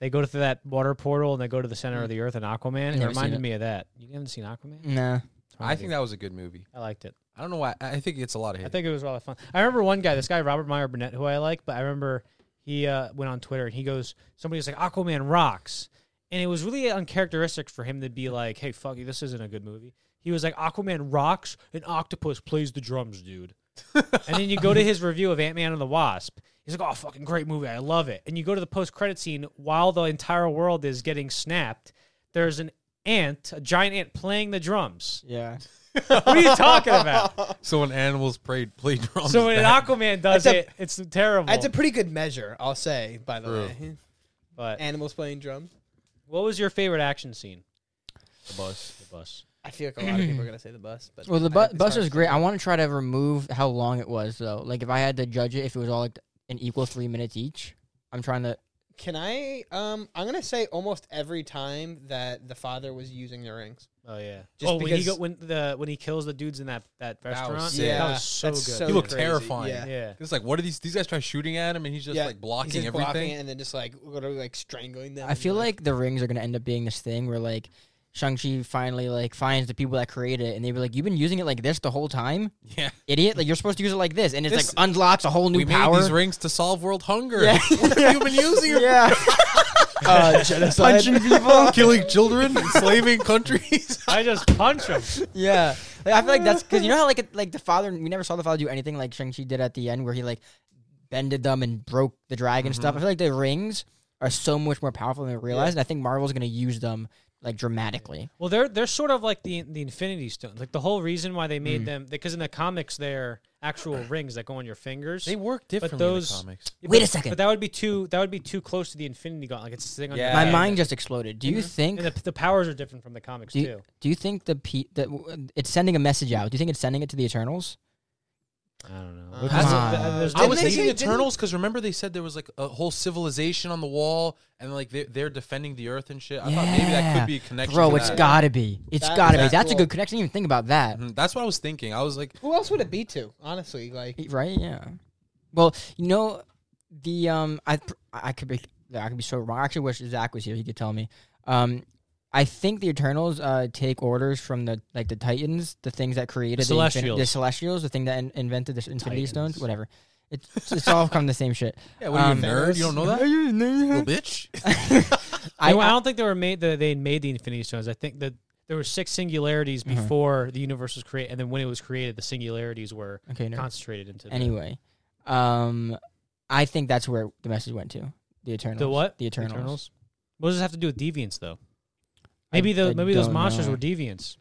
S1: They go through that water portal and they go to the center of the Earth in Aquaman. It
S2: never seen
S1: reminded
S2: it. Mm.
S1: me of that. You haven't seen Aquaman?
S2: Nah.
S4: I think that was a good movie.
S1: I liked it.
S4: I don't know why. I I think it's a lot of hate.
S1: I think it was rather fun. I remember one guy, this guy Robert Meyer Burnett, who I like, but I remember he uh, went on Twitter and he goes, somebody was like, "Aquaman rocks," and it was really uncharacteristic for him to be like, "Hey, fuck you, this isn't a good movie." He was like, "Aquaman rocks, an octopus plays the drums, dude." and then you go to his review of Ant Man and the Wasp. He's like, "Oh, fucking great movie, I love it." And you go to the post credit scene while the entire world is getting snapped. There's an ant, a giant ant, playing the drums.
S2: Yeah.
S1: What are you talking about?
S4: so when animals played play drums.
S1: So when an
S4: that-
S1: Aquaman does
S3: That's a-
S1: it, it's terrible.
S3: That's a pretty good measure, I'll say. By the
S4: True.
S3: way,
S1: but
S3: animals playing drums.
S1: what was your favorite action scene?
S4: the bus.
S1: The bus.
S3: I feel like a lot of people are gonna say the bus, but
S2: Well, the
S3: I-
S2: bu-
S3: it's
S2: bus
S3: hard
S2: was
S3: to
S2: great. I want to try to remove how long it was, though. Like, if I had to judge it, if it was all like an equal three minutes each, I'm trying to.
S3: Can I? Um, I'm gonna say almost every time that the father was using the rings.
S1: Oh yeah.
S3: Just
S1: oh, when he
S3: because-
S1: go, when the when he kills the dudes in that that restaurant.
S4: sick.
S1: that
S3: Yeah,
S1: was so
S3: that's
S1: good.
S3: so
S4: He looked
S3: crazy,
S4: terrifying.
S3: yeah.
S1: yeah.
S4: It's like what are these? These guys try shooting at him, and he's just
S3: Yeah,
S4: like blocking
S3: He's just
S4: everything.
S3: blocking it and then just like literally like strangling them.
S2: I feel like the rings are going to end up being this thing where, like, Shang-Chi finally like finds the people that created it and they were like, You've been using it like this the whole time?
S4: Yeah.
S2: Idiot. Like you're supposed to use it like this. And it's
S4: This-
S2: like unlocks a whole new
S4: we
S2: power.
S4: made these rings to solve world hunger.
S2: Yeah.
S4: what have you been using? it
S2: yeah.
S1: Uh, genocide.
S2: Punching people.
S4: for? Killing children, enslaving countries.
S1: I just punch him.
S2: yeah. Like, I feel like that's because you know how like it, like the father we never saw the father do anything like Shang Chi did at the end where he like bended them and broke the dragon
S4: Mm-hmm.
S2: stuff. I feel like the rings are so much more powerful than we realize, and I think Marvel's gonna use them like dramatically.
S1: Well, they're they're sort of like the the Infinity Stones. Like the whole reason why they made them because in the comics they're actual rings that go on your fingers.
S4: They work differently
S1: those-
S4: in the comics.
S1: Yeah,
S2: Wait
S1: but-
S2: a second.
S1: But that would be too that would be too close to the Infinity Gauntlet. Like it's sitting on
S3: Yeah.
S1: your
S2: My
S1: hand.
S2: mind just exploded. Do
S4: Mm-hmm.
S2: you think?
S1: And the, the powers are different from the comics
S2: Do you,
S1: too.
S2: do you think the pe- that w- it's sending a message out? Do you think it's sending it to the Eternals?
S1: I don't know.
S3: Uh,
S1: Which
S2: Has
S1: is-
S2: it-
S1: th- there's
S4: I
S1: no-
S4: was
S3: Didn't they
S4: thinking
S3: say- didn't-
S4: Eternals because remember they said there was like a whole civilization on the wall and like they're, they're defending the earth and shit. I thought maybe that
S2: Yeah.
S4: could be a connection.
S2: Bro,
S4: to
S2: it's
S4: that.
S2: gotta be. It's
S3: That-
S2: gotta be.
S3: that's
S2: That's a
S3: cool.
S2: good connection. I didn't even think about that.
S4: Mhm, That's what I was thinking. I was like,
S3: Who else would it be to? Honestly, like
S2: Right? Yeah. Well, you know, the um, I pr- I could be I could be so wrong. I actually wish Zach was here. He could tell me. Um, I think the Eternals uh take orders from the like the Titans, the things that created the, infin- the
S1: Celestials.
S2: Celestials, the thing that in- invented the Infinity Stones,
S1: Titans.
S2: whatever. It's it's all come the same shit.
S4: yeah, what are you,
S2: Um,
S4: a nerd? You don't know that? Little bitch.
S1: I,
S2: I,
S1: I don't think they were made. The, they made the Infinity Stones. I think that there were six singularities
S2: Mm-hmm.
S1: before the universe was created, and then when it was created, the singularities were
S2: okay. No.
S1: concentrated into. the-
S2: Anyway, um, I think that's where the message went to the Eternals.
S1: the what?
S2: The Eternals.
S1: What does this have to do with deviants, though? Maybe the
S2: I
S1: maybe those
S2: don't
S1: monsters
S2: know.
S1: were deviants.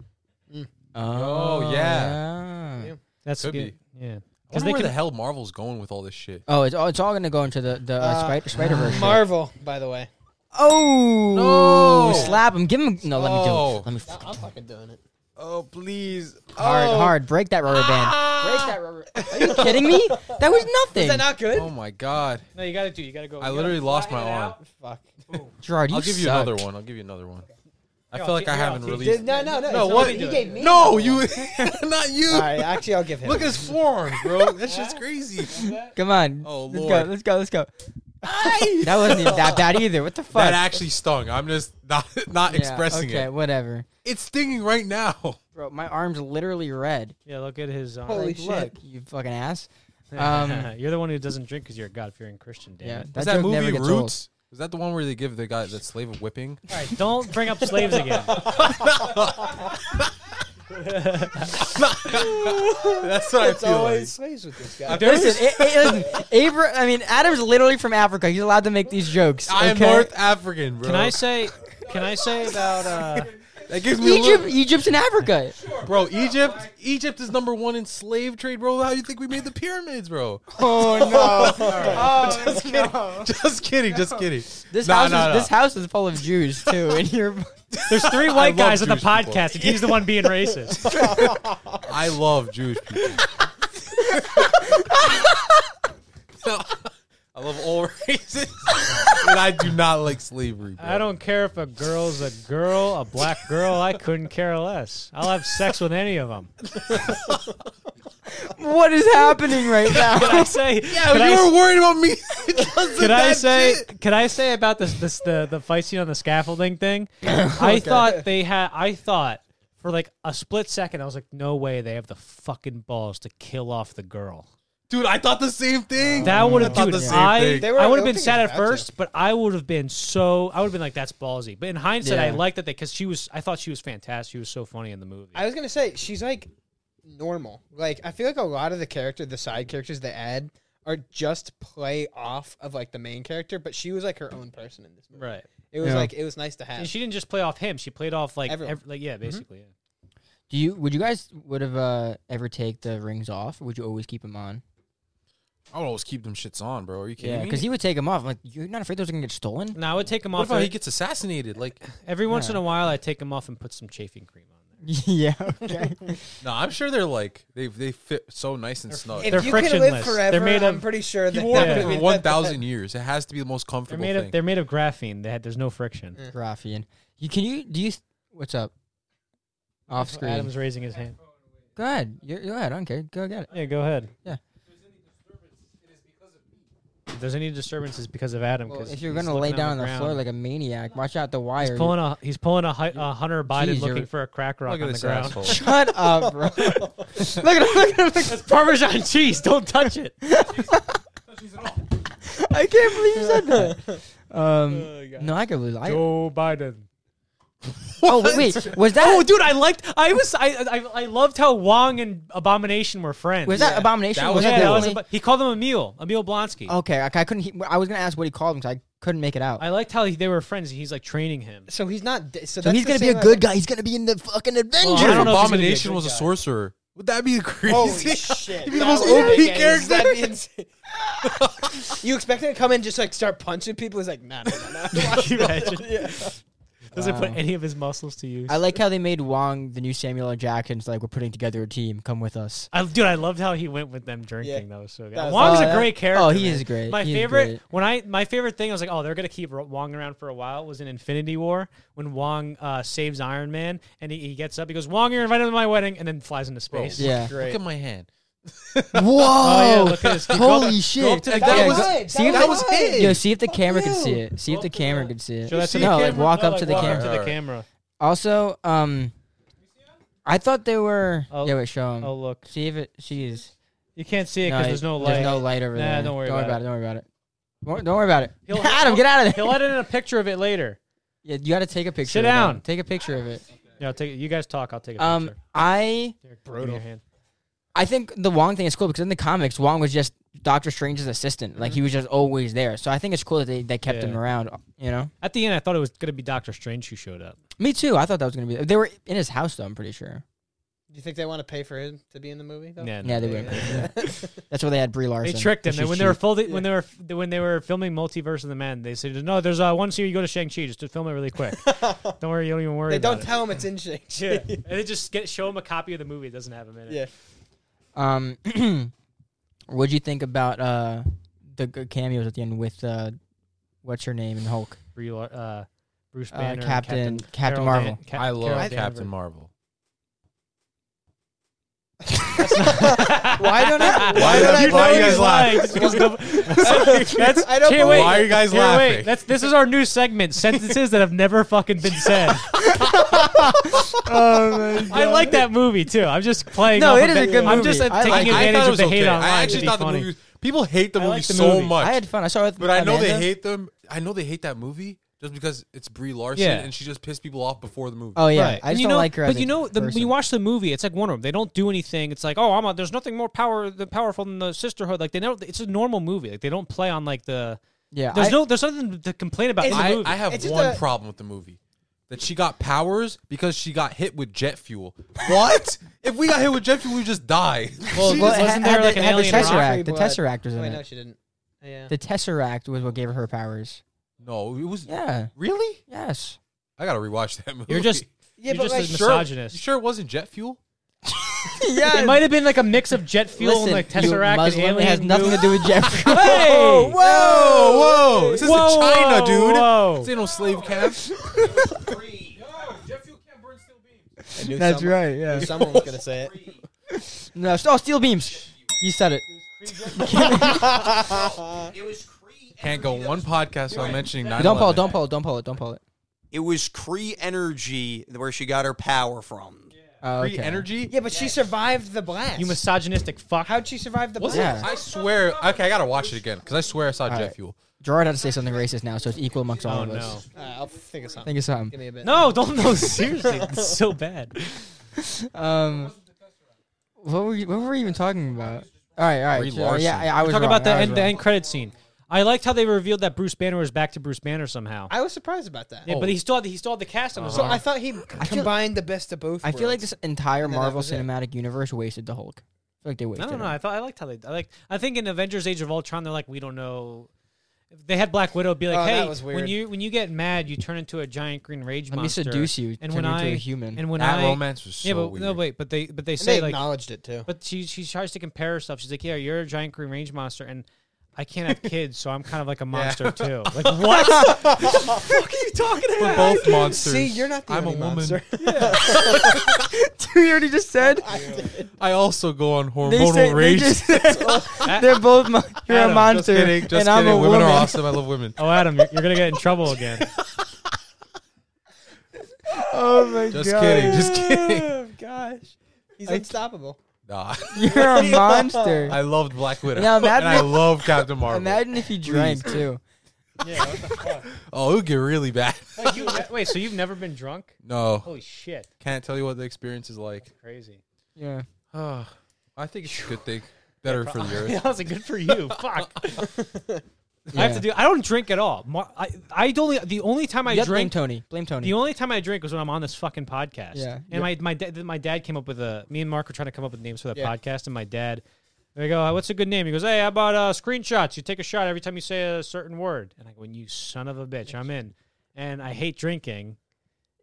S2: Oh,
S4: Oh,
S2: yeah.
S3: Yeah.
S1: That's
S4: Could
S1: yeah,
S4: be.
S1: yeah.
S4: I wonder
S1: they
S4: where
S1: can-
S4: the hell Marvel's going with all this shit.
S2: Oh, it's all it's all gonna go into the the uh,
S3: Uh,
S2: spider Spider Verse.
S3: Marvel, by the way.
S2: oh
S4: No.
S2: Slap him! Give him no. Let me do
S4: Oh.
S2: it. Let me f-
S3: I'm fucking doing it.
S4: Oh please! Oh,
S2: hard hard break that rubber
S4: Ah!
S2: band. Break that rubber. Are you kidding me? That was nothing.
S3: Is that not good?
S4: Oh my god!
S1: No, you gotta do. You gotta go.
S4: I
S1: you
S4: literally
S1: gotta
S4: lost my
S1: flatten it
S4: arm.
S1: out.
S3: Fuck.
S2: Gerard, you
S4: I'll give you
S2: suck.
S4: another one. I'll give you another one. I
S1: Yo,
S4: feel like
S1: keep
S4: I
S1: it out,
S4: haven't
S1: keep it-
S4: released.
S3: no, no, no.
S4: No,
S3: it's
S4: what-
S3: not-
S4: you
S3: he
S4: did-
S3: gave me.
S4: No, you, not you.
S3: All right, actually, I'll give him.
S4: Look at his forearm, bro. That shit's crazy.
S2: Come on.
S4: Oh,
S2: let's
S4: Lord.
S2: go. Let's go. Let's go. that wasn't even that bad either. What the fuck?
S4: That actually stung. I'm just not not
S2: Yeah,
S4: expressing
S2: okay,
S4: it.
S2: whatever.
S4: It's stinging right now.
S2: Bro, my arm's literally red.
S1: Yeah, look at his arm.
S3: Holy
S2: Like, look,
S3: shit.
S2: you fucking ass. um,
S1: you're the one who doesn't drink because you're a God-fearing Christian. Damn
S2: Yeah,
S1: it.
S4: Is
S2: that,
S4: that
S2: joke never
S4: movie
S2: gets old.
S4: Roots? Is that the one where they give the guy that slave a whipping?
S1: All right, don't bring up slaves again.
S4: That's what I
S3: It's
S4: feel
S3: always slaves with this guy.
S2: Listen, it, it, listen, Abra- I mean, Adam's literally from Africa. He's allowed to make these jokes.
S4: I am
S2: okay?
S4: North African, bro.
S1: Can I say? Can I say about? Uh,
S4: That gives me
S2: Egypt, Egypt's in Africa.
S4: a little, bro. Egypt, Egypt is number one in slave trade, bro. How you think we made the pyramids, bro?
S2: Oh no! Oh.
S4: just kidding, just kidding, just kidding.
S2: This
S4: Nah,
S2: house,
S4: nah,
S2: is,
S4: nah.
S2: this house is full of Jews too, and you're
S1: there's three
S4: I
S1: white
S4: love
S1: guys on the
S4: Jewish people.
S1: podcast, and he's the one being racist.
S4: I love Jewish people. I love all races, and I do not like slavery. Bro.
S1: I don't care if a girl's a girl, a black girl. I couldn't care less. I'll have sex with any of them.
S2: what is happening right
S1: Can I
S2: now?
S1: say?
S4: Yeah,
S1: can
S4: you
S1: I,
S4: were worried about me. because of
S1: Can I
S4: that
S1: say?
S4: shit.
S1: Can I say about this? This the the fight scene on the scaffolding thing. I thought they had. I thought for like a split second, I was like, no way, they have the fucking balls to kill off the girl.
S4: dude? I thought the same thing.
S1: That would
S4: I
S1: have
S4: thought
S1: dude,
S4: the same
S1: I,
S4: thing.
S3: They were-
S1: I would have
S3: I don't
S1: been
S3: think
S1: sad
S3: it
S1: at
S3: was about
S1: first, but I would have been so I would have been like that's ballsy. But in hindsight, I
S2: Yeah.
S1: liked that they because she was I thought she was fantastic. She was so funny in the movie.
S3: I was gonna say she's like normal. Like I feel like a lot of the character, the side characters they add, are just play off of like the main character. But she was like her own person in this movie.
S1: right,
S3: It was
S2: Yeah.
S3: like it was nice to have.
S1: and she didn't just play off him. She played off like
S3: Everyone.
S1: ev- like
S4: Mm-hmm.
S1: yeah, basically. Yeah.
S2: Do you? Would you guys would have uh, ever take the rings off? Or would you always keep them on?
S4: I would always keep them shits on, bro. Are you kidding
S2: Yeah,
S4: me?
S2: because he would take them off. I'm like, you're not afraid those are gonna get stolen?
S1: Now I would take him
S4: what
S1: off
S4: if he
S1: every,
S4: gets assassinated? Like,
S1: every once
S2: Yeah.
S1: in a while. I take him off and put some chafing cream on there.
S2: yeah. Okay.
S4: no, I'm sure they're like they they fit so nice and snug.
S3: if
S1: They're
S3: you could live
S1: frictionless.
S3: forever,
S1: They're made
S3: I'm
S1: of-
S3: pretty sure
S4: He
S3: that
S4: wore
S1: Yeah.
S4: them
S3: that
S4: for
S3: would-
S4: one thousand years. It has to be the most
S1: They're
S4: comfortable
S1: made of
S4: thing.
S1: they're made of graphene. They had, there's no friction.
S2: Raffian, you can you do you? What's up? Off screen.
S1: Adam's raising his hand.
S2: Go ahead. You're, go ahead. I don't care. Go get it.
S1: Yeah, go ahead. if there's any disturbances because of Adam,
S2: Well,
S1: because
S2: if you're gonna lay down on the, floor like a maniac, watch out the wire.
S1: he's pulling a he's pulling a, hi- a Hunter Biden
S2: Jeez,
S1: looking
S2: you're-
S1: for a crack rock
S4: Look at
S1: on the
S4: this
S1: ground.
S4: asshole.
S2: Shut up, bro. look at him. Look at him.
S1: That's Parmesan cheese. Don't touch it.
S2: I can't believe you said that. Um, no, I can believe. I,
S1: Joe Biden.
S2: oh wait, wait, was that
S1: Oh, dude, I liked. I was. I. I, I loved how Wong and Abomination were friends.
S2: was that abomination?
S4: That
S2: was,
S4: was-
S1: yeah,
S2: that Oh. the
S1: that was
S2: only-
S1: Ab- he called him Emil. Emil Blonsky.
S2: okay, I, I couldn't. He, I was gonna ask what he called him, so I couldn't make it out.
S1: I liked how he, they were friends. He's like training him.
S3: So he's not. di-
S2: so
S3: So, that's
S2: he's
S3: the
S2: gonna be
S3: same
S2: a
S3: way-
S2: good guy. He's gonna be in the fucking Avengers.
S1: I don't know if he's gonna be a
S4: Abomination
S1: good
S4: was a
S1: guy.
S4: sorcerer. Would that be crazy?
S3: Holy shit!
S4: He'd be
S3: That
S4: the most
S3: would
S4: OP
S3: be gay. Is that
S4: character.
S3: insane? you expect him to come in and just like start punching people? He's like, nah, nah, nah, nah.
S1: Can you imagine? Doesn't put
S2: Wow.
S1: any of his muscles to use.
S2: I like how they made Wong the new Samuel L. Jackson. So like we're putting together a team. Come with us.
S1: I, dude, I loved how he went with them drinking. That was so good.
S3: That was-
S1: Wong's
S2: Oh,
S1: a
S2: that-
S1: great character.
S2: oh, he
S1: man.
S2: is great.
S1: My
S2: He is
S1: favorite
S2: great.
S1: when I my favorite thing I was like, oh, they're gonna keep Ro- Wong around for a while. Was in Infinity War when Wong uh, saves Iron Man and he, he gets up. He goes, Wong, you're invited to my wedding, and then flies into space.
S2: Yeah.
S4: Look at my hand.
S2: Whoa!
S1: Oh, yeah, look at his-
S2: Holy shit!
S3: That
S4: Like, that
S3: was-
S4: was
S3: that
S2: see if
S4: that
S2: the-
S4: was him.
S2: Yo, see if the camera could
S3: you.
S2: see it. See if the camera could see it.
S1: Show that to
S4: See
S1: the
S2: no, like
S1: camera?
S2: walk
S1: No,
S2: up
S1: like,
S2: to the
S1: walk
S2: camera.
S1: Up to the
S4: Alright.
S1: camera.
S2: Also, um, I thought they were.
S1: Oh.
S2: yeah, wait, show 'em.
S1: Oh look,
S2: See if it. She's.
S1: you can't see it because there's no light.
S2: There's no light over
S1: Nah,
S2: there.
S1: don't worry about
S2: about, it. Don't worry about it. Don't don't worry about it.
S1: He'll-
S2: Adam, get out of there.
S1: He'll edit in a picture of it later.
S2: Yeah, you got to take a picture.
S1: Sit
S2: of that.
S1: down.
S2: Take a picture of it.
S1: No, take you guys talk. I'll take a
S2: Um,
S1: picture.
S2: I
S1: Derek, give me your hand.
S2: I think the Wong thing is cool because in the comics, Wong was just Doctor Strange's assistant. Like he was just always there. So I think it's cool that they, they kept
S1: Mm-hmm. Yeah.
S2: him around. You know.
S1: At the end, I thought it was gonna be Doctor Strange who showed up.
S2: Me too. I thought that was gonna be. They were in his house though. I'm pretty sure.
S3: Do you think they want to pay for him to be in the movie? Though?
S1: Yeah, no.
S2: Yeah, they were. That's where they had Brie Larson.
S1: They tricked him.
S2: She's
S1: And when
S2: cheap.
S1: they were full, when they were when they were filming Multiverse of the Man, they said, "No, there's uh, one scene you go to Shang Chi. Just to film it really quick. don't worry, you don't even worry."
S3: They don't
S1: about
S3: tell him it's in Shang
S1: It. Yeah. and they just get show him a copy of the movie. It doesn't have a minute.
S3: Yeah.
S2: Um, what'd you think about uh the g- cameos at the end with uh, what's her name and Hulk,
S1: Brie Lar- uh, Bruce
S2: Uh,
S1: Banner, and
S2: Captain-
S1: Captain,
S2: Captain
S1: Carol
S2: Marvel.
S1: Dan- Cap-
S4: I love
S1: Carol
S4: Captain
S1: Danvers.
S4: Marvel.
S3: Why don't I?
S4: Why
S3: don't
S4: don't
S3: I
S4: you-
S3: know
S4: why are you
S3: he's
S4: guys
S1: lying?
S4: laughing?
S1: Just because nobody- That's,
S3: I don't
S1: can't wait.
S3: believe
S4: Why are you guys
S1: Here, wait,
S4: laughing?
S1: that's this is our new segment: sentences that have never fucking been said.
S4: Oh,
S1: I like that movie too. I'm just playing.
S2: No,
S1: off
S2: it
S1: of
S2: is a good
S1: I'm
S2: movie.
S1: just uh,
S2: I
S1: taking
S2: like-
S4: I
S1: advantage
S4: thought it
S1: of
S4: was
S1: the
S4: okay.
S1: hate online.
S4: I
S1: to
S4: actually
S1: be
S4: thought the
S1: funny.
S4: movie. was- People hate the
S1: I
S4: movie
S1: liked the
S4: so
S1: movie.
S4: much,
S2: I had fun. I saw it, with
S4: but I know they
S2: Amanda.
S4: hate them. I know they hate that movie just because it's Brie Larson
S1: Yeah.
S4: and she just pissed people off before the movie.
S2: Oh yeah,
S1: Right.
S2: I
S1: And
S2: just
S1: you
S2: don't
S1: know-
S2: like her. as
S1: But
S2: a
S1: you know, the, when
S2: person.
S1: you watch the movie, it's like Wonder Woman. They don't do anything. It's like, oh, I'm a, there's nothing more power than powerful than the sisterhood. Like they know it's a normal movie. Like they don't play on like the
S2: yeah,
S1: there's
S2: I-
S1: no there's nothing to complain about. in the
S4: I,
S1: movie.
S4: I have
S3: It's just
S4: one
S3: a-
S4: problem with the movie. That she got powers because she got hit with jet fuel. What? if we got hit with jet fuel, we just die.
S1: Well,
S4: She
S1: well,
S4: just-
S1: wasn't
S2: had-
S1: there
S2: had
S1: like
S2: the,
S1: an
S2: had the
S1: alien rock?
S2: tesseract? The
S3: Free blood.
S2: tesseract was in
S3: Wait,
S2: it.
S3: no, she didn't. Yeah.
S2: The tesseract was what gave her her powers.
S4: no, it was
S2: Yeah.
S4: really.
S2: Yes.
S4: I gotta rewatch that movie.
S1: You're just
S3: yeah,
S1: you're
S3: but
S1: just
S3: like,
S1: a
S4: sure,
S1: misogynist.
S4: You sure it wasn't jet fuel?
S2: yeah.
S1: It might have been like a mix of jet fuel
S2: Listen,
S1: and like
S2: you
S1: tesseract
S2: Muslim,
S1: and alien
S2: it has nothing to do with Jeffrey.
S1: goo. Hey!
S4: Whoa, whoa! This is
S1: Whoa,
S4: China,
S1: whoa,
S4: dude.
S1: whoa.
S4: This ain't no slave camps.
S3: I knew
S2: That's
S3: someone-
S2: right. Yeah.
S3: Someone was gonna say it.
S2: No. Oh, steel beams. You said it.
S4: Can't go one podcast without mentioning nine.
S2: Don't pull it. Don't pull it. Don't pull it. Don't pull it.
S6: It was Cree energy where she got her power from.
S2: Oh,
S4: Free
S2: okay.
S4: energy.
S3: Yeah, but she survived the blast.
S1: You misogynistic fuck.
S3: How'd she survive the blast?
S2: it- Yeah.
S4: I swear. Okay, I gotta watch it again because I swear I saw jet
S2: right.
S4: fuel.
S2: Gerard had to say something racist now, so it's equal amongst all
S1: oh
S2: of
S1: no.
S2: us.
S3: Uh, I'll think of something.
S2: Think of something.
S3: Give me a bit.
S1: No, don't no seriously. It's so bad.
S2: Um, what were you, what were we even talking about? All right, all right.
S4: Brie
S2: so,
S4: Larson.
S2: yeah, I, I was
S1: Talk
S2: wrong,
S1: about the
S2: I was
S1: end, the
S2: wrong.
S1: end credit scene. I liked how they revealed that Bruce Banner was back to Bruce Banner somehow.
S3: I was surprised about that.
S1: Yeah, but he still had, he still had the cast on his
S3: So
S2: Uh-huh.
S1: arm.
S3: I thought he combined the best of both.
S2: I feel like
S3: worlds.
S2: this entire
S3: And then that
S2: Marvel
S3: was it.
S2: Cinematic Universe wasted the Hulk. I feel like they
S1: I
S2: wasted.
S1: don't know.
S2: him.
S1: I thought I liked how they. I like. I think in Avengers: Age of Ultron, they're like, we don't know. They had Black Widow be like,
S3: Oh, that
S1: hey,
S3: was
S1: when
S3: weird.
S1: you when you get mad, you turn into a giant green rage
S2: Let me
S1: monster.
S2: seduce you.
S1: And when
S2: turn you into
S1: I
S2: a human.
S1: and when
S4: that
S1: I
S4: romance was so
S1: yeah, but
S4: weird.
S1: no, wait, but they but they
S3: And they
S1: say like,
S3: acknowledged it too.
S1: but she she tries to compare herself. She's like, yeah, you're a giant green rage monster, and I can't have kids, so I'm kind of like a monster too. Like what?
S6: fuck are you talking
S4: We're both monsters.
S1: See, you're not the
S4: I'm
S1: only
S4: a woman.
S1: monster.
S2: Dude, you already just said.
S4: I also go on hormonal
S2: They say, they
S4: rage.
S2: just, they're both. Mon- you're
S1: Adam, just
S2: a
S4: just
S2: monster,
S4: kidding. Just
S2: and
S4: kidding.
S2: I'm a
S4: women
S2: woman.
S4: are awesome. I love women.
S1: oh, Adam, you're, you're gonna get in trouble again.
S2: Oh my
S4: Just
S2: god!
S4: kidding. Just kidding.
S3: Gosh, he's unstoppable.
S4: Nah.
S2: You're a monster.
S4: I loved Black Widow.
S2: Now imagine
S4: and I
S2: if-
S4: love Captain Marvel.
S2: Imagine if you drank too.
S1: yeah. What the fuck?
S4: Oh, it would get really bad.
S1: Wait, you, wait, so you've never been drunk?
S4: No.
S1: Holy shit!
S4: Can't tell you what the experience is like.
S1: Crazy.
S2: Yeah.
S4: Oh, I think it's a good thing. Better for the
S1: Yeah,
S4: earth.
S1: I was like, good for you. Fuck. I have
S2: Yeah.
S1: to do. I don't drink at all. Mar- I I only the only time I
S2: You have to blame
S1: drink.
S2: Tony. Blame Tony.
S1: The only time I drink was when I'm on this fucking podcast.
S2: Yeah.
S1: And my my dad my dad came up with a me and Mark were trying to come up with names for the
S3: Yeah.
S1: podcast, and my dad. They go, "Uh, what's a good name? He goes, hey, how about uh, screenshots? You take a shot every time you say a certain word. And I go, you son of a bitch, I'm in. And I hate drinking.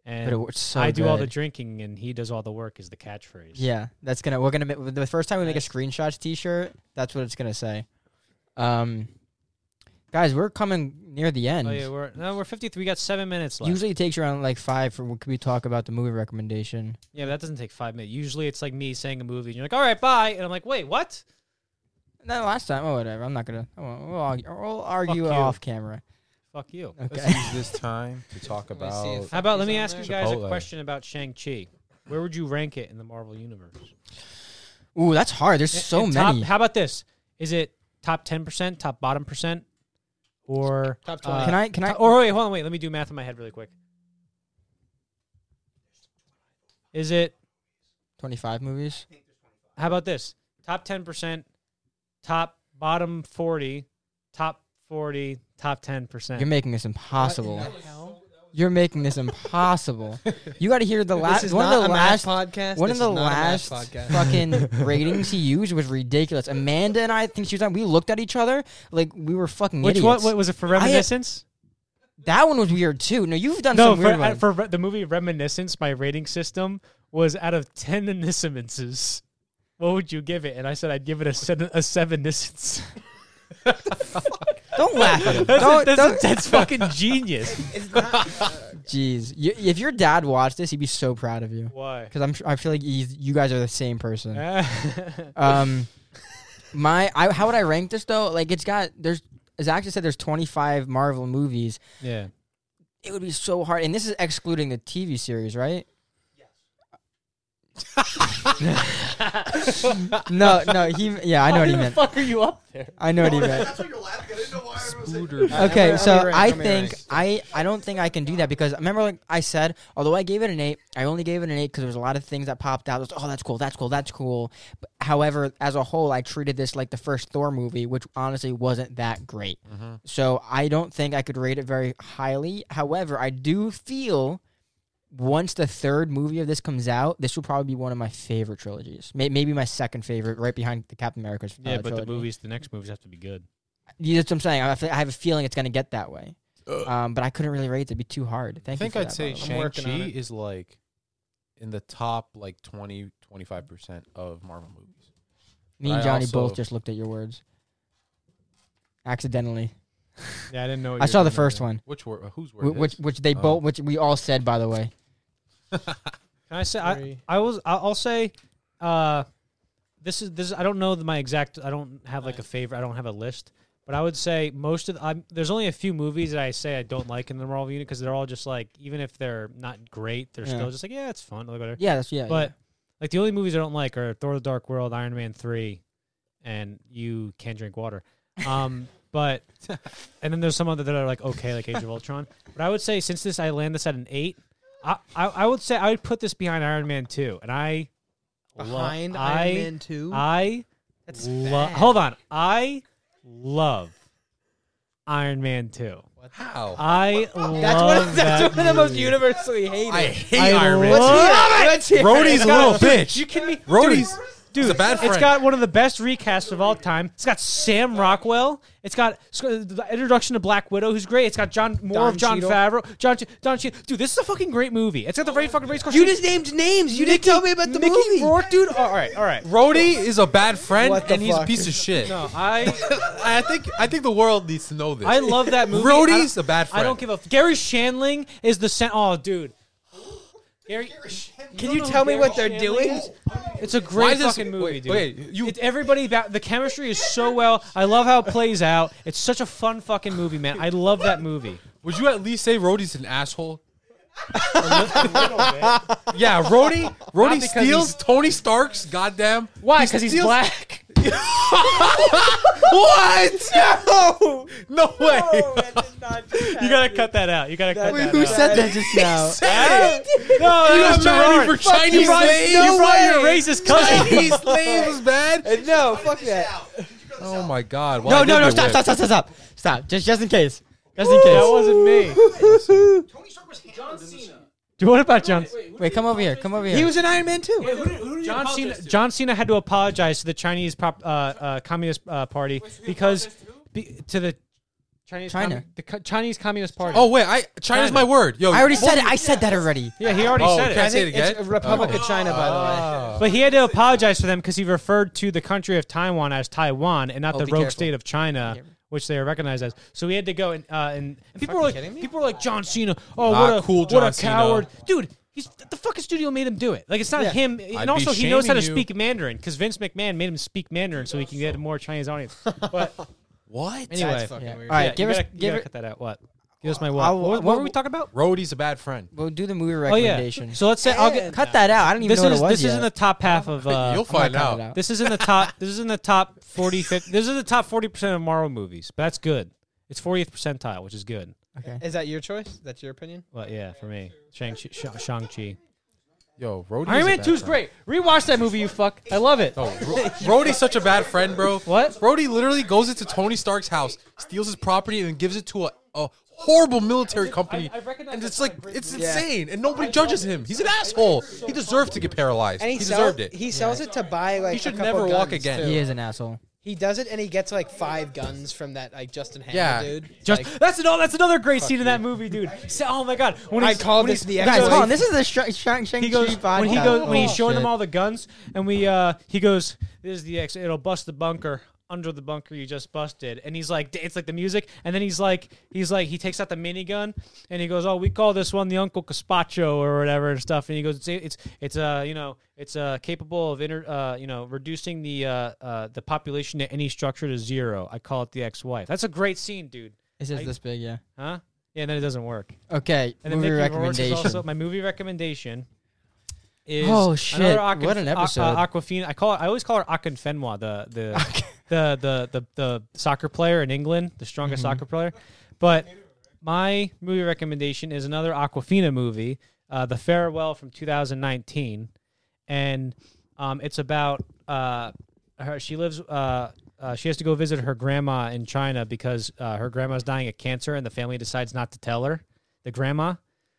S1: And
S2: But it works so
S1: I do all the
S2: good.
S1: drinking, and he does all the work. Is the catchphrase?
S2: Yeah, that's gonna. We're gonna ma- the first time we make a screenshots T-shirt. That's what it's gonna say. Um, guys, we're coming near the end.
S1: Oh yeah, we're no, we're 53. We got seven minutes left.
S2: Usually it takes around like five for when we talk about the movie recommendation.
S1: Yeah, but that doesn't take five minutes. Usually it's like me saying a movie, and you're like, all right, bye. And I'm like, wait, what?
S2: No, last time, oh whatever. I'm not gonna. I won't, we'll argue, we'll argue
S1: you.
S2: off camera.
S1: Fuck you.
S2: Okay.
S4: Let's use this time to talk
S3: Let me see
S4: about.
S3: if-
S1: How about let
S3: Is
S1: me
S3: that
S1: ask
S3: there?
S1: you guys a
S4: Chipotle.
S1: question about Shang-Chi. Where would you rank it in the Marvel Universe?
S2: Ooh, that's hard. There's
S1: In-
S2: so
S1: in top-
S2: many.
S1: how about this? Is it top 10%, top bottom percent, or.
S3: Top 20.
S2: can I? Can I?
S1: uh, Or wait, hold on, wait. Let me do math in my head really quick. Is it.
S2: 25 movies.
S1: How about this? Top 10%, top bottom 40, top 40, top 10%.
S2: You're making this impossible. You're making this impossible. you got to hear the
S3: This
S2: last
S3: is
S2: one
S3: not
S2: of the
S3: a
S2: last
S3: math podcast.
S2: One
S3: This
S2: of the
S3: is not a math
S2: last
S3: podcast.
S2: fucking ratings he used was ridiculous. Amanda and I, I think she was on. We looked at each other like we were fucking
S1: Which one
S2: idiots.
S1: what, was it for reminiscence?
S2: that one was weird too. No, you've done
S1: no,
S2: some
S1: for,
S2: weird
S1: uh,
S2: ones.
S1: for re- the movie Reminiscence, my rating system was out of 10 anisimises. What would you give it? And I said I'd give it a seven, a seven nisins.
S2: don't laugh at him.
S1: That's,
S2: Don't,
S1: that's,
S2: don't.
S1: that's fucking genius.
S2: Jeez, you, if your dad watched this, he'd be so proud of you.
S1: Why?
S2: Because I'm, sure- I feel like he's, you guys are the same person.
S1: yeah,
S2: Um, my, I, how would I rank this though? Like it's got there's as Zach just said, there's 25 Marvel movies. It would be so hard, and this is excluding the TV series, right? No, no, he. Yeah, I know what he meant.
S1: fuck are you up there?
S2: I know what he meant.
S6: That's what you're laughing at. I didn't know why I was
S2: Okay,
S3: I'm
S2: so
S3: gonna rank,
S2: I
S3: I'm gonna
S2: think
S3: rank.
S2: I I don't think I can do that because remember like I said, although I gave it an eight, I only gave it an eight because there was a lot of things that popped out. It was, oh, that's cool, that's cool, that's cool. But, however, as a whole, I treated this like the first Thor movie, which honestly wasn't that great. So I don't think I could rate it very highly. However, I do feel once the third movie of this comes out, this will probably be one of my favorite trilogies. May- maybe my second favorite, right behind the Captain America's. uh,
S1: Yeah, but the
S2: trilogy.
S1: movies, the next movies have to be good.
S2: You- That's what I'm saying. I feel- I have a feeling it's going to get that way.
S4: Uh.
S2: Um, but I couldn't really rate it. It'd be too hard.
S4: I
S2: Thank
S4: think
S2: you. for
S4: I'd
S2: that,
S4: say
S2: Bono.
S3: I'm
S4: Shang
S3: working on
S4: Chi
S3: it.
S4: is like in the top like 20 25 percent of Marvel movies.
S2: Me and
S4: I
S2: Johnny
S4: also-
S2: both just looked at your words accidentally.
S1: Yeah, I didn't know.
S2: I saw the first one,
S4: Which word? Whose
S2: wh-
S4: word?
S2: which
S4: is?
S2: which they
S4: Oh.
S2: both, which we all said by the way.
S1: Can I say I,
S3: Three.
S1: I was I- I'll say uh this is this I don't know my exact I don't have like a favorite I don't have a list but I would say most of the, I'm, there's only a few movies that I say I don't like in the Marvel unit because they're all just like even if they're not great they're
S2: Yeah.
S1: still just like yeah it's fun like, whatever.
S2: Yeah, that's yeah.
S1: but like the only movies I don't like are Thor: The Dark World, Iron Man three, and you can drink water. Um, but and then there's some other that are like okay, like Age of Ultron. But I would say since this I land this at an eight, I I, I would say I would put this behind Iron Man two, and I lo-
S3: Behind
S1: I,
S3: Iron Man 2.
S1: I
S3: That's
S1: lo-
S3: bad.
S1: hold on, I love Iron Man two.
S4: How?
S1: I love
S3: That's one, of, that's
S1: that
S3: one of the most
S1: movie.
S3: universally hated.
S4: I hate
S1: I
S4: Iron Man.
S1: love-
S3: Let's hear it.
S4: Rhodey's a little bitch.
S1: You kidding me?
S4: Rhodey's
S1: Dude,
S4: a bad
S1: it's
S4: friend.
S1: got one of the best recasts of all time. It's got Sam Rockwell. It's got it's got the introduction to Black Widow, who's great. It's got John more
S3: Don
S1: of John
S3: Cheadle.
S1: Favreau. John Che- Don Cheadle. Dude, this is a fucking great movie. It's got the right fucking race car.
S3: You just named names. You didn't tell me about the
S1: Mickey
S3: movie.
S1: Rourke, dude. All right, all right.
S4: Brody is a bad friend,
S7: What the
S4: and he's a
S7: fuck?
S4: piece of shit.
S1: No, I
S4: I think I think the world needs to know this.
S1: I love that movie. I
S4: Brody's
S1: don't-
S4: a bad friend.
S1: I don't give a. F- Gary Shanling is the cent. Oh, dude. Gary,
S3: Can you tell me
S1: Oh,
S3: what they're doing?
S1: It's a
S4: Why
S1: great
S4: is this-
S1: fucking movie,
S4: wait,
S1: dude.
S4: wait, you-
S1: It's everybody. Ba- the chemistry is so well. I love how it plays out. It's such a fun fucking movie, man. I love that movie.
S4: Would you at least say Rhodey's an asshole? yeah, Rhodey. Rhodey
S1: because
S4: steals Tony Stark's goddamn.
S1: Why? Because he's
S4: steals-
S1: black.
S4: What?
S7: No!
S4: No way.
S1: You gotta cut that out. You gotta cut
S7: Wait,
S1: that
S7: who
S1: out.
S7: said that just now?
S4: Say it.
S1: No, that
S4: You got
S1: was
S4: mad at
S1: Gerard.
S4: me for Chinese
S1: you brought,
S4: slaves.
S1: you
S7: No
S1: brought your
S7: way.
S1: racist cousin.
S4: Chinese slaves, man.
S7: no, fuck that.
S4: Oh my god. Why
S2: No,
S4: did
S2: no, no!
S4: they
S2: Stop,
S4: win?
S2: stop, stop, stop, stop, stop! Just, just in case, just in
S1: that
S2: case.
S1: wasn't me. Dude, what about John?
S2: Wait, come over here, come over here.
S3: He was in Iron Man too.
S1: John Cena. John Cena had to apologize to the Chinese prop, uh, uh, Communist uh, Party because be, to the Chinese
S2: China.
S1: commu- the co- Chinese Communist Party.
S4: Oh wait, I China's
S1: China.
S4: my word. Yo,
S2: I already said it. I said that already.
S1: yeah, he already
S4: Oh,
S1: said
S4: can I
S1: it.
S4: say it again?
S3: It's Uh, Republic of China, by
S4: Oh.
S3: the way.
S1: But he had to apologize to them because he referred to the country of Taiwan as Taiwan and not
S2: Oh,
S1: the
S3: be
S1: rogue
S3: careful.
S1: state of China, which they are recognized as. So he had to go and uh, and people were
S3: fucking
S1: like,
S3: kidding me?
S1: people were like John Cena. Oh,
S4: Nah,
S1: what a
S4: cool John
S1: what a
S4: Cena."
S1: coward, dude. He's the fucking studio made him do it. Like it's not
S3: Yeah.
S1: him, and
S4: I'd be
S1: also he knows how to
S4: shaming you.
S1: speak Mandarin because Vince McMahon made him speak Mandarin so he can get a more Chinese audience. But
S4: what?
S1: anyway,
S3: That's fucking
S2: Yeah. All
S3: weird.
S2: right,
S1: yeah,
S2: give
S1: you
S2: us,
S1: gotta, you
S2: give
S1: gotta
S2: it.
S1: cut that out. What? Give us my
S2: I-
S1: what? What, what
S2: what-
S1: were we talking about?
S4: Rhodey's a bad friend.
S2: We'll do the movie
S1: Oh yeah.
S2: recommendation.
S1: So let's say I'll get,
S2: cut that out. I don't even
S1: this
S2: know
S1: is
S2: what it was
S1: this isn't the
S2: yet.
S1: top half of uh,
S4: You'll find out.
S2: out.
S1: This is in the top. this is in the top forty. This is the top forty percent of Marvel movies. But that's good. It's fortieth percentile, which is good.
S3: Is that your choice? That's your opinion?
S1: But yeah, for me, Shang Chi. Shang Chi.
S4: Yo, Rhodey's
S1: Iron
S4: a
S1: Man
S4: bad
S1: Two's
S4: friend.
S1: great. Rewatch that movie, you fuck. I love it.
S4: No, Ro- Rhodey's such a bad friend, bro.
S1: What?
S4: Rhodey literally goes into Tony Stark's house, steals his property, and then gives it to a, a horrible military company.
S1: I recognize
S4: and it's
S1: that's
S4: like
S1: not a great
S4: it's insane, and nobody judges him. He's an asshole. He deserved to get paralyzed.
S7: And
S4: He
S7: he, sells,
S4: deserved it.
S7: He sells it to buy like.
S4: He should
S7: a couple
S4: never walk
S7: guns,
S4: again.
S7: too.
S2: He is an asshole.
S7: He does it, and he gets like five guns from that like Justin Hammer
S4: Yeah.
S7: dude.
S1: Just
S7: Like,
S1: that's another that's another great scene in that movie, dude. So- oh my god, when
S7: I
S1: he's-
S7: call
S1: when
S7: this
S1: he's-
S7: the
S1: guys,
S7: ex-wife.
S1: hold on,
S2: this is the Shang Shang Shang
S1: he goes when he goes
S2: Oh,
S1: when he's showing them all the guns, and we uh he goes, "This is the exit. It'll bust the bunker under the bunker you just busted." And he's like, "It's like the music." And then he's like, he's like, he takes out the minigun, and he goes, "Oh, we call this one the Uncle Caspacho or whatever and stuff." And he goes, "It's it's it's uh you know it's uh capable of inter uh you know reducing the uh uh the population to any structure to zero. I call it the ex-wife. That's a great scene, dude.
S2: This is this big, yeah.
S1: Huh? Yeah, and then it doesn't work.
S2: Okay,
S1: And then
S2: movie
S1: Mickey Rourke is
S2: recommendation.
S1: also my movie recommendation. Is
S2: Oh, shit.
S1: another
S2: What an
S1: Aqu- uh,
S2: episode.
S1: uh, Aquafina. I call. I always call her Akinfenwa, the the, the the the the soccer player in England, the strongest
S2: Mm-hmm.
S1: soccer player. But my movie recommendation is another Aquafina movie, uh, The Farewell from 2019, and um, it's about uh, her. She lives. Uh, uh, she has to go visit her grandma in China because uh, her grandma's dying of cancer, and the family decides not to tell her. The grandma,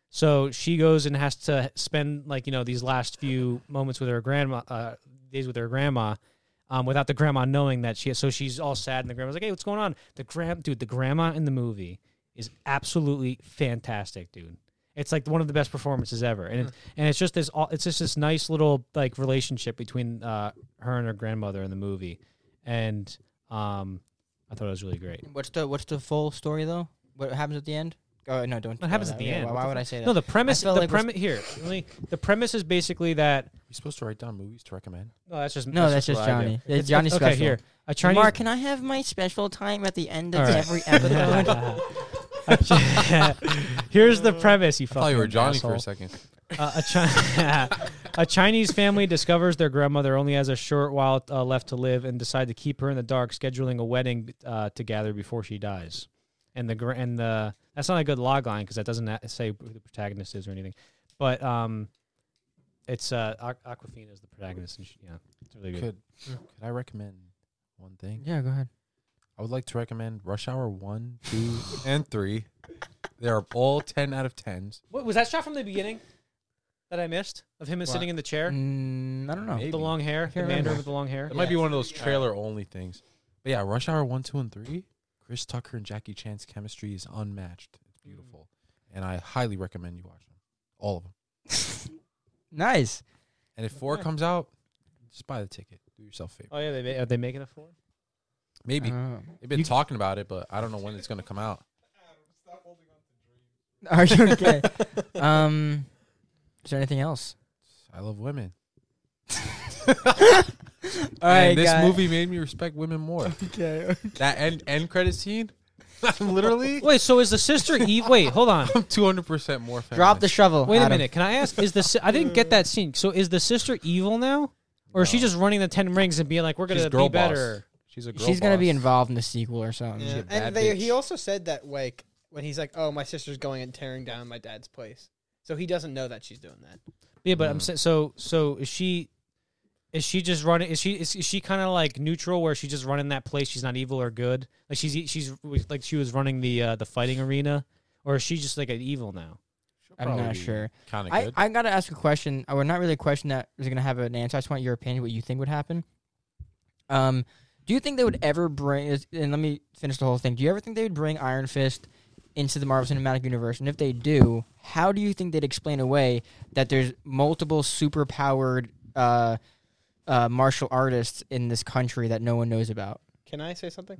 S1: so she goes and has to spend like you know these last few moments with her grandma, uh, days with her grandma, um, without the grandma knowing that she. So she's all sad, and the grandma's like, "Hey, what's going on?" The grand dude, the grandma in the movie is absolutely fantastic, dude. It's like one of the best performances ever, and it,
S2: Hmm.
S1: and it's just this, all- it's just this nice little like relationship between uh, her and her grandmother in the movie, and um, I thought it was really great.
S2: What's the what's the full story though? What happens at the end? Oh no, don't.
S1: What happens at the end?
S2: Why,
S1: What the
S2: would
S1: fuck?
S2: I say that?
S1: No, the premise. The
S2: felt like we're-
S1: premise here. let me- The premise is basically that
S4: You're supposed to write down movies to recommend.
S1: No, that's just
S2: No, that's just
S1: what I do.
S2: Johnny. It's Johnny's
S1: okay,
S2: special.
S1: here. A Chinese
S2: Mark, can I have my special time at the end of
S1: All right.
S2: every episode?
S1: Here's the premise, you
S4: I
S1: fucking
S4: thought you were Johnny for a
S1: asshole.
S4: second.
S1: Uh, a, Chi- a Chinese family discovers their grandmother only has a short while uh, left to live and decide to keep her in the dark, scheduling a wedding uh, to gather before she dies. And the gra- and the that's not a good log line because that doesn't a- say who the protagonist is or anything. But um, it's uh, Aqu- Aquafina is the protagonist, and she, yeah, it's really good.
S4: Could could I recommend one thing?
S2: yeah, go ahead.
S4: I would like to recommend Rush Hour One, Two, and Three. They are all ten out of tens.
S1: What, was that shot from the beginning? that I missed of him sitting in the chair?
S2: Mm, I don't know.
S4: Maybe.
S1: The long hair, the Mandarin
S2: remember.
S1: with the long hair.
S4: It might be one of those trailer only things. But yeah, Rush Hour one, two, and three. Chris Tucker and Jackie Chan's chemistry is unmatched. It's
S2: Mm.
S4: beautiful, and I highly recommend you watch them, all of them.
S2: Nice.
S4: And if four comes out, just buy the ticket. Do yourself a favor.
S1: Oh yeah, they ma- are they making a four?
S4: Maybe
S2: Uh,
S4: they've been talking about it, but I don't know when it's going to come out.
S2: are you okay? um, is there anything else?
S4: I love women.
S2: All
S4: and this
S2: guy-
S4: movie made me respect women more.
S2: Okay.
S4: that end end credit scene, literally,
S1: Wait, so is the sister? E- wait, hold on.
S4: two hundred percent more.
S2: Drop the
S4: feminist.
S2: shovel.
S1: Wait a
S2: Adam.
S1: minute. Can I ask? Is the si- I didn't get that scene. So is the sister evil now, or is she
S4: No.
S1: just running the ten rings and being like, "We're gonna
S4: She's
S1: be
S4: girl boss.
S1: better"?
S4: She's a girl.
S2: She's gonna be
S4: boss.
S2: involved in the sequel or something.
S4: Yeah. bad
S7: And they, he
S4: bitch.
S7: also said that like when he's like, "Oh, my sister's going and tearing down my dad's place," so he doesn't know that she's doing that.
S1: Yeah, but
S4: Mm.
S1: I'm saying so. So is she? Is she just running? Is she is, is she kind of like neutral, where she's just running that place? She's not evil or good. Like she's e- she's like she was running the uh, the fighting arena, or is she just like an evil now?
S2: I'm not sure.
S4: Kind of
S2: I,
S4: good.
S2: I gotta ask a question. Or not really a question that is gonna have an answer. I just want your opinion. What you think would happen? Um, do you think they would ever bring? And let me finish the whole thing. Do you ever think they would bring Iron Fist into the Marvel Cinematic Universe? And if they do, how do you think they'd explain away that there's multiple superpowered uh, uh, martial artists in this country that no one knows about?
S7: Can I say something?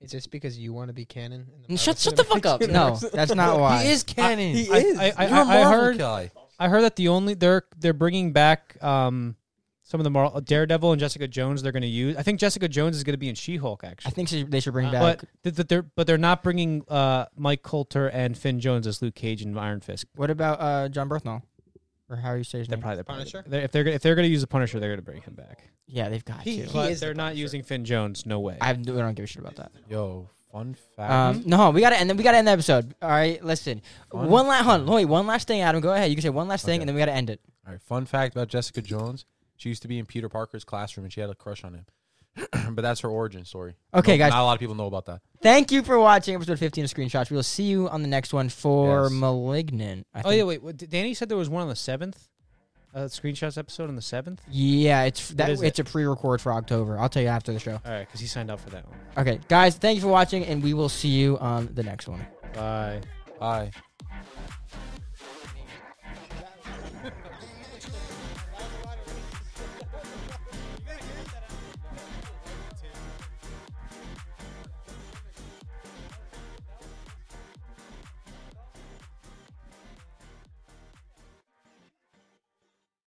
S7: Is this because you want to be canon? In the
S2: Mm, Shut,
S7: Marvel
S2: shut the
S7: Cinematic
S2: fuck up. No, that's not why.
S4: canon.
S1: I, I, I, I, I heard
S4: guy.
S1: I heard that the only they're they're bringing back um some of the Mar- Daredevil and Jessica Jones. They're going to use. I think Jessica Jones is going to be in She Hulk actually.
S2: I think she- they should bring back.
S1: But th- th- they're but they're not bringing uh, Mike Coulter and Finn Jones as Luke Cage and Iron Fist.
S2: What about uh, John Berthnall? Or how you say his
S1: They're
S2: name?
S1: probably the
S7: Punisher?
S1: They're, if they're gonna- if they're going to use the Punisher, they're going to bring him back.
S2: yeah, they've got
S7: He-
S2: to.
S7: he-
S1: But
S7: is the
S1: they're not using Finn Jones. No way.
S2: I, have, no- I don't give a shit about that.
S4: Yo, fun fact.
S2: Um, no, we gotta end. the- We gotta end the episode. All right, listen.
S4: Fun
S2: One last, hold on, wait, one last thing, Adam. Go ahead. You can say one last thing,
S4: Okay.
S2: and then we gotta end it.
S4: All right, fun fact about Jessica Jones. She used to be in Peter Parker's classroom and she had a crush on him. but that's her origin story.
S2: Okay,
S4: No-
S2: guys.
S4: Not a lot of people know about that.
S2: Thank you for watching episode 15 of Screenshots. We'll see you on the next one for
S4: Yes.
S2: Malignant. I
S1: oh
S2: think.
S1: yeah, wait. what- Danny said there was one on the seventh. Uh, screenshots episode on the seventh.
S2: Yeah, it's that.
S1: is
S2: It's a pre-record for October. I'll tell you after the show.
S1: All right, because he signed up for that one.
S2: Okay, guys. Thank you for watching, and we will see you on the next one.
S1: Bye.
S4: Bye.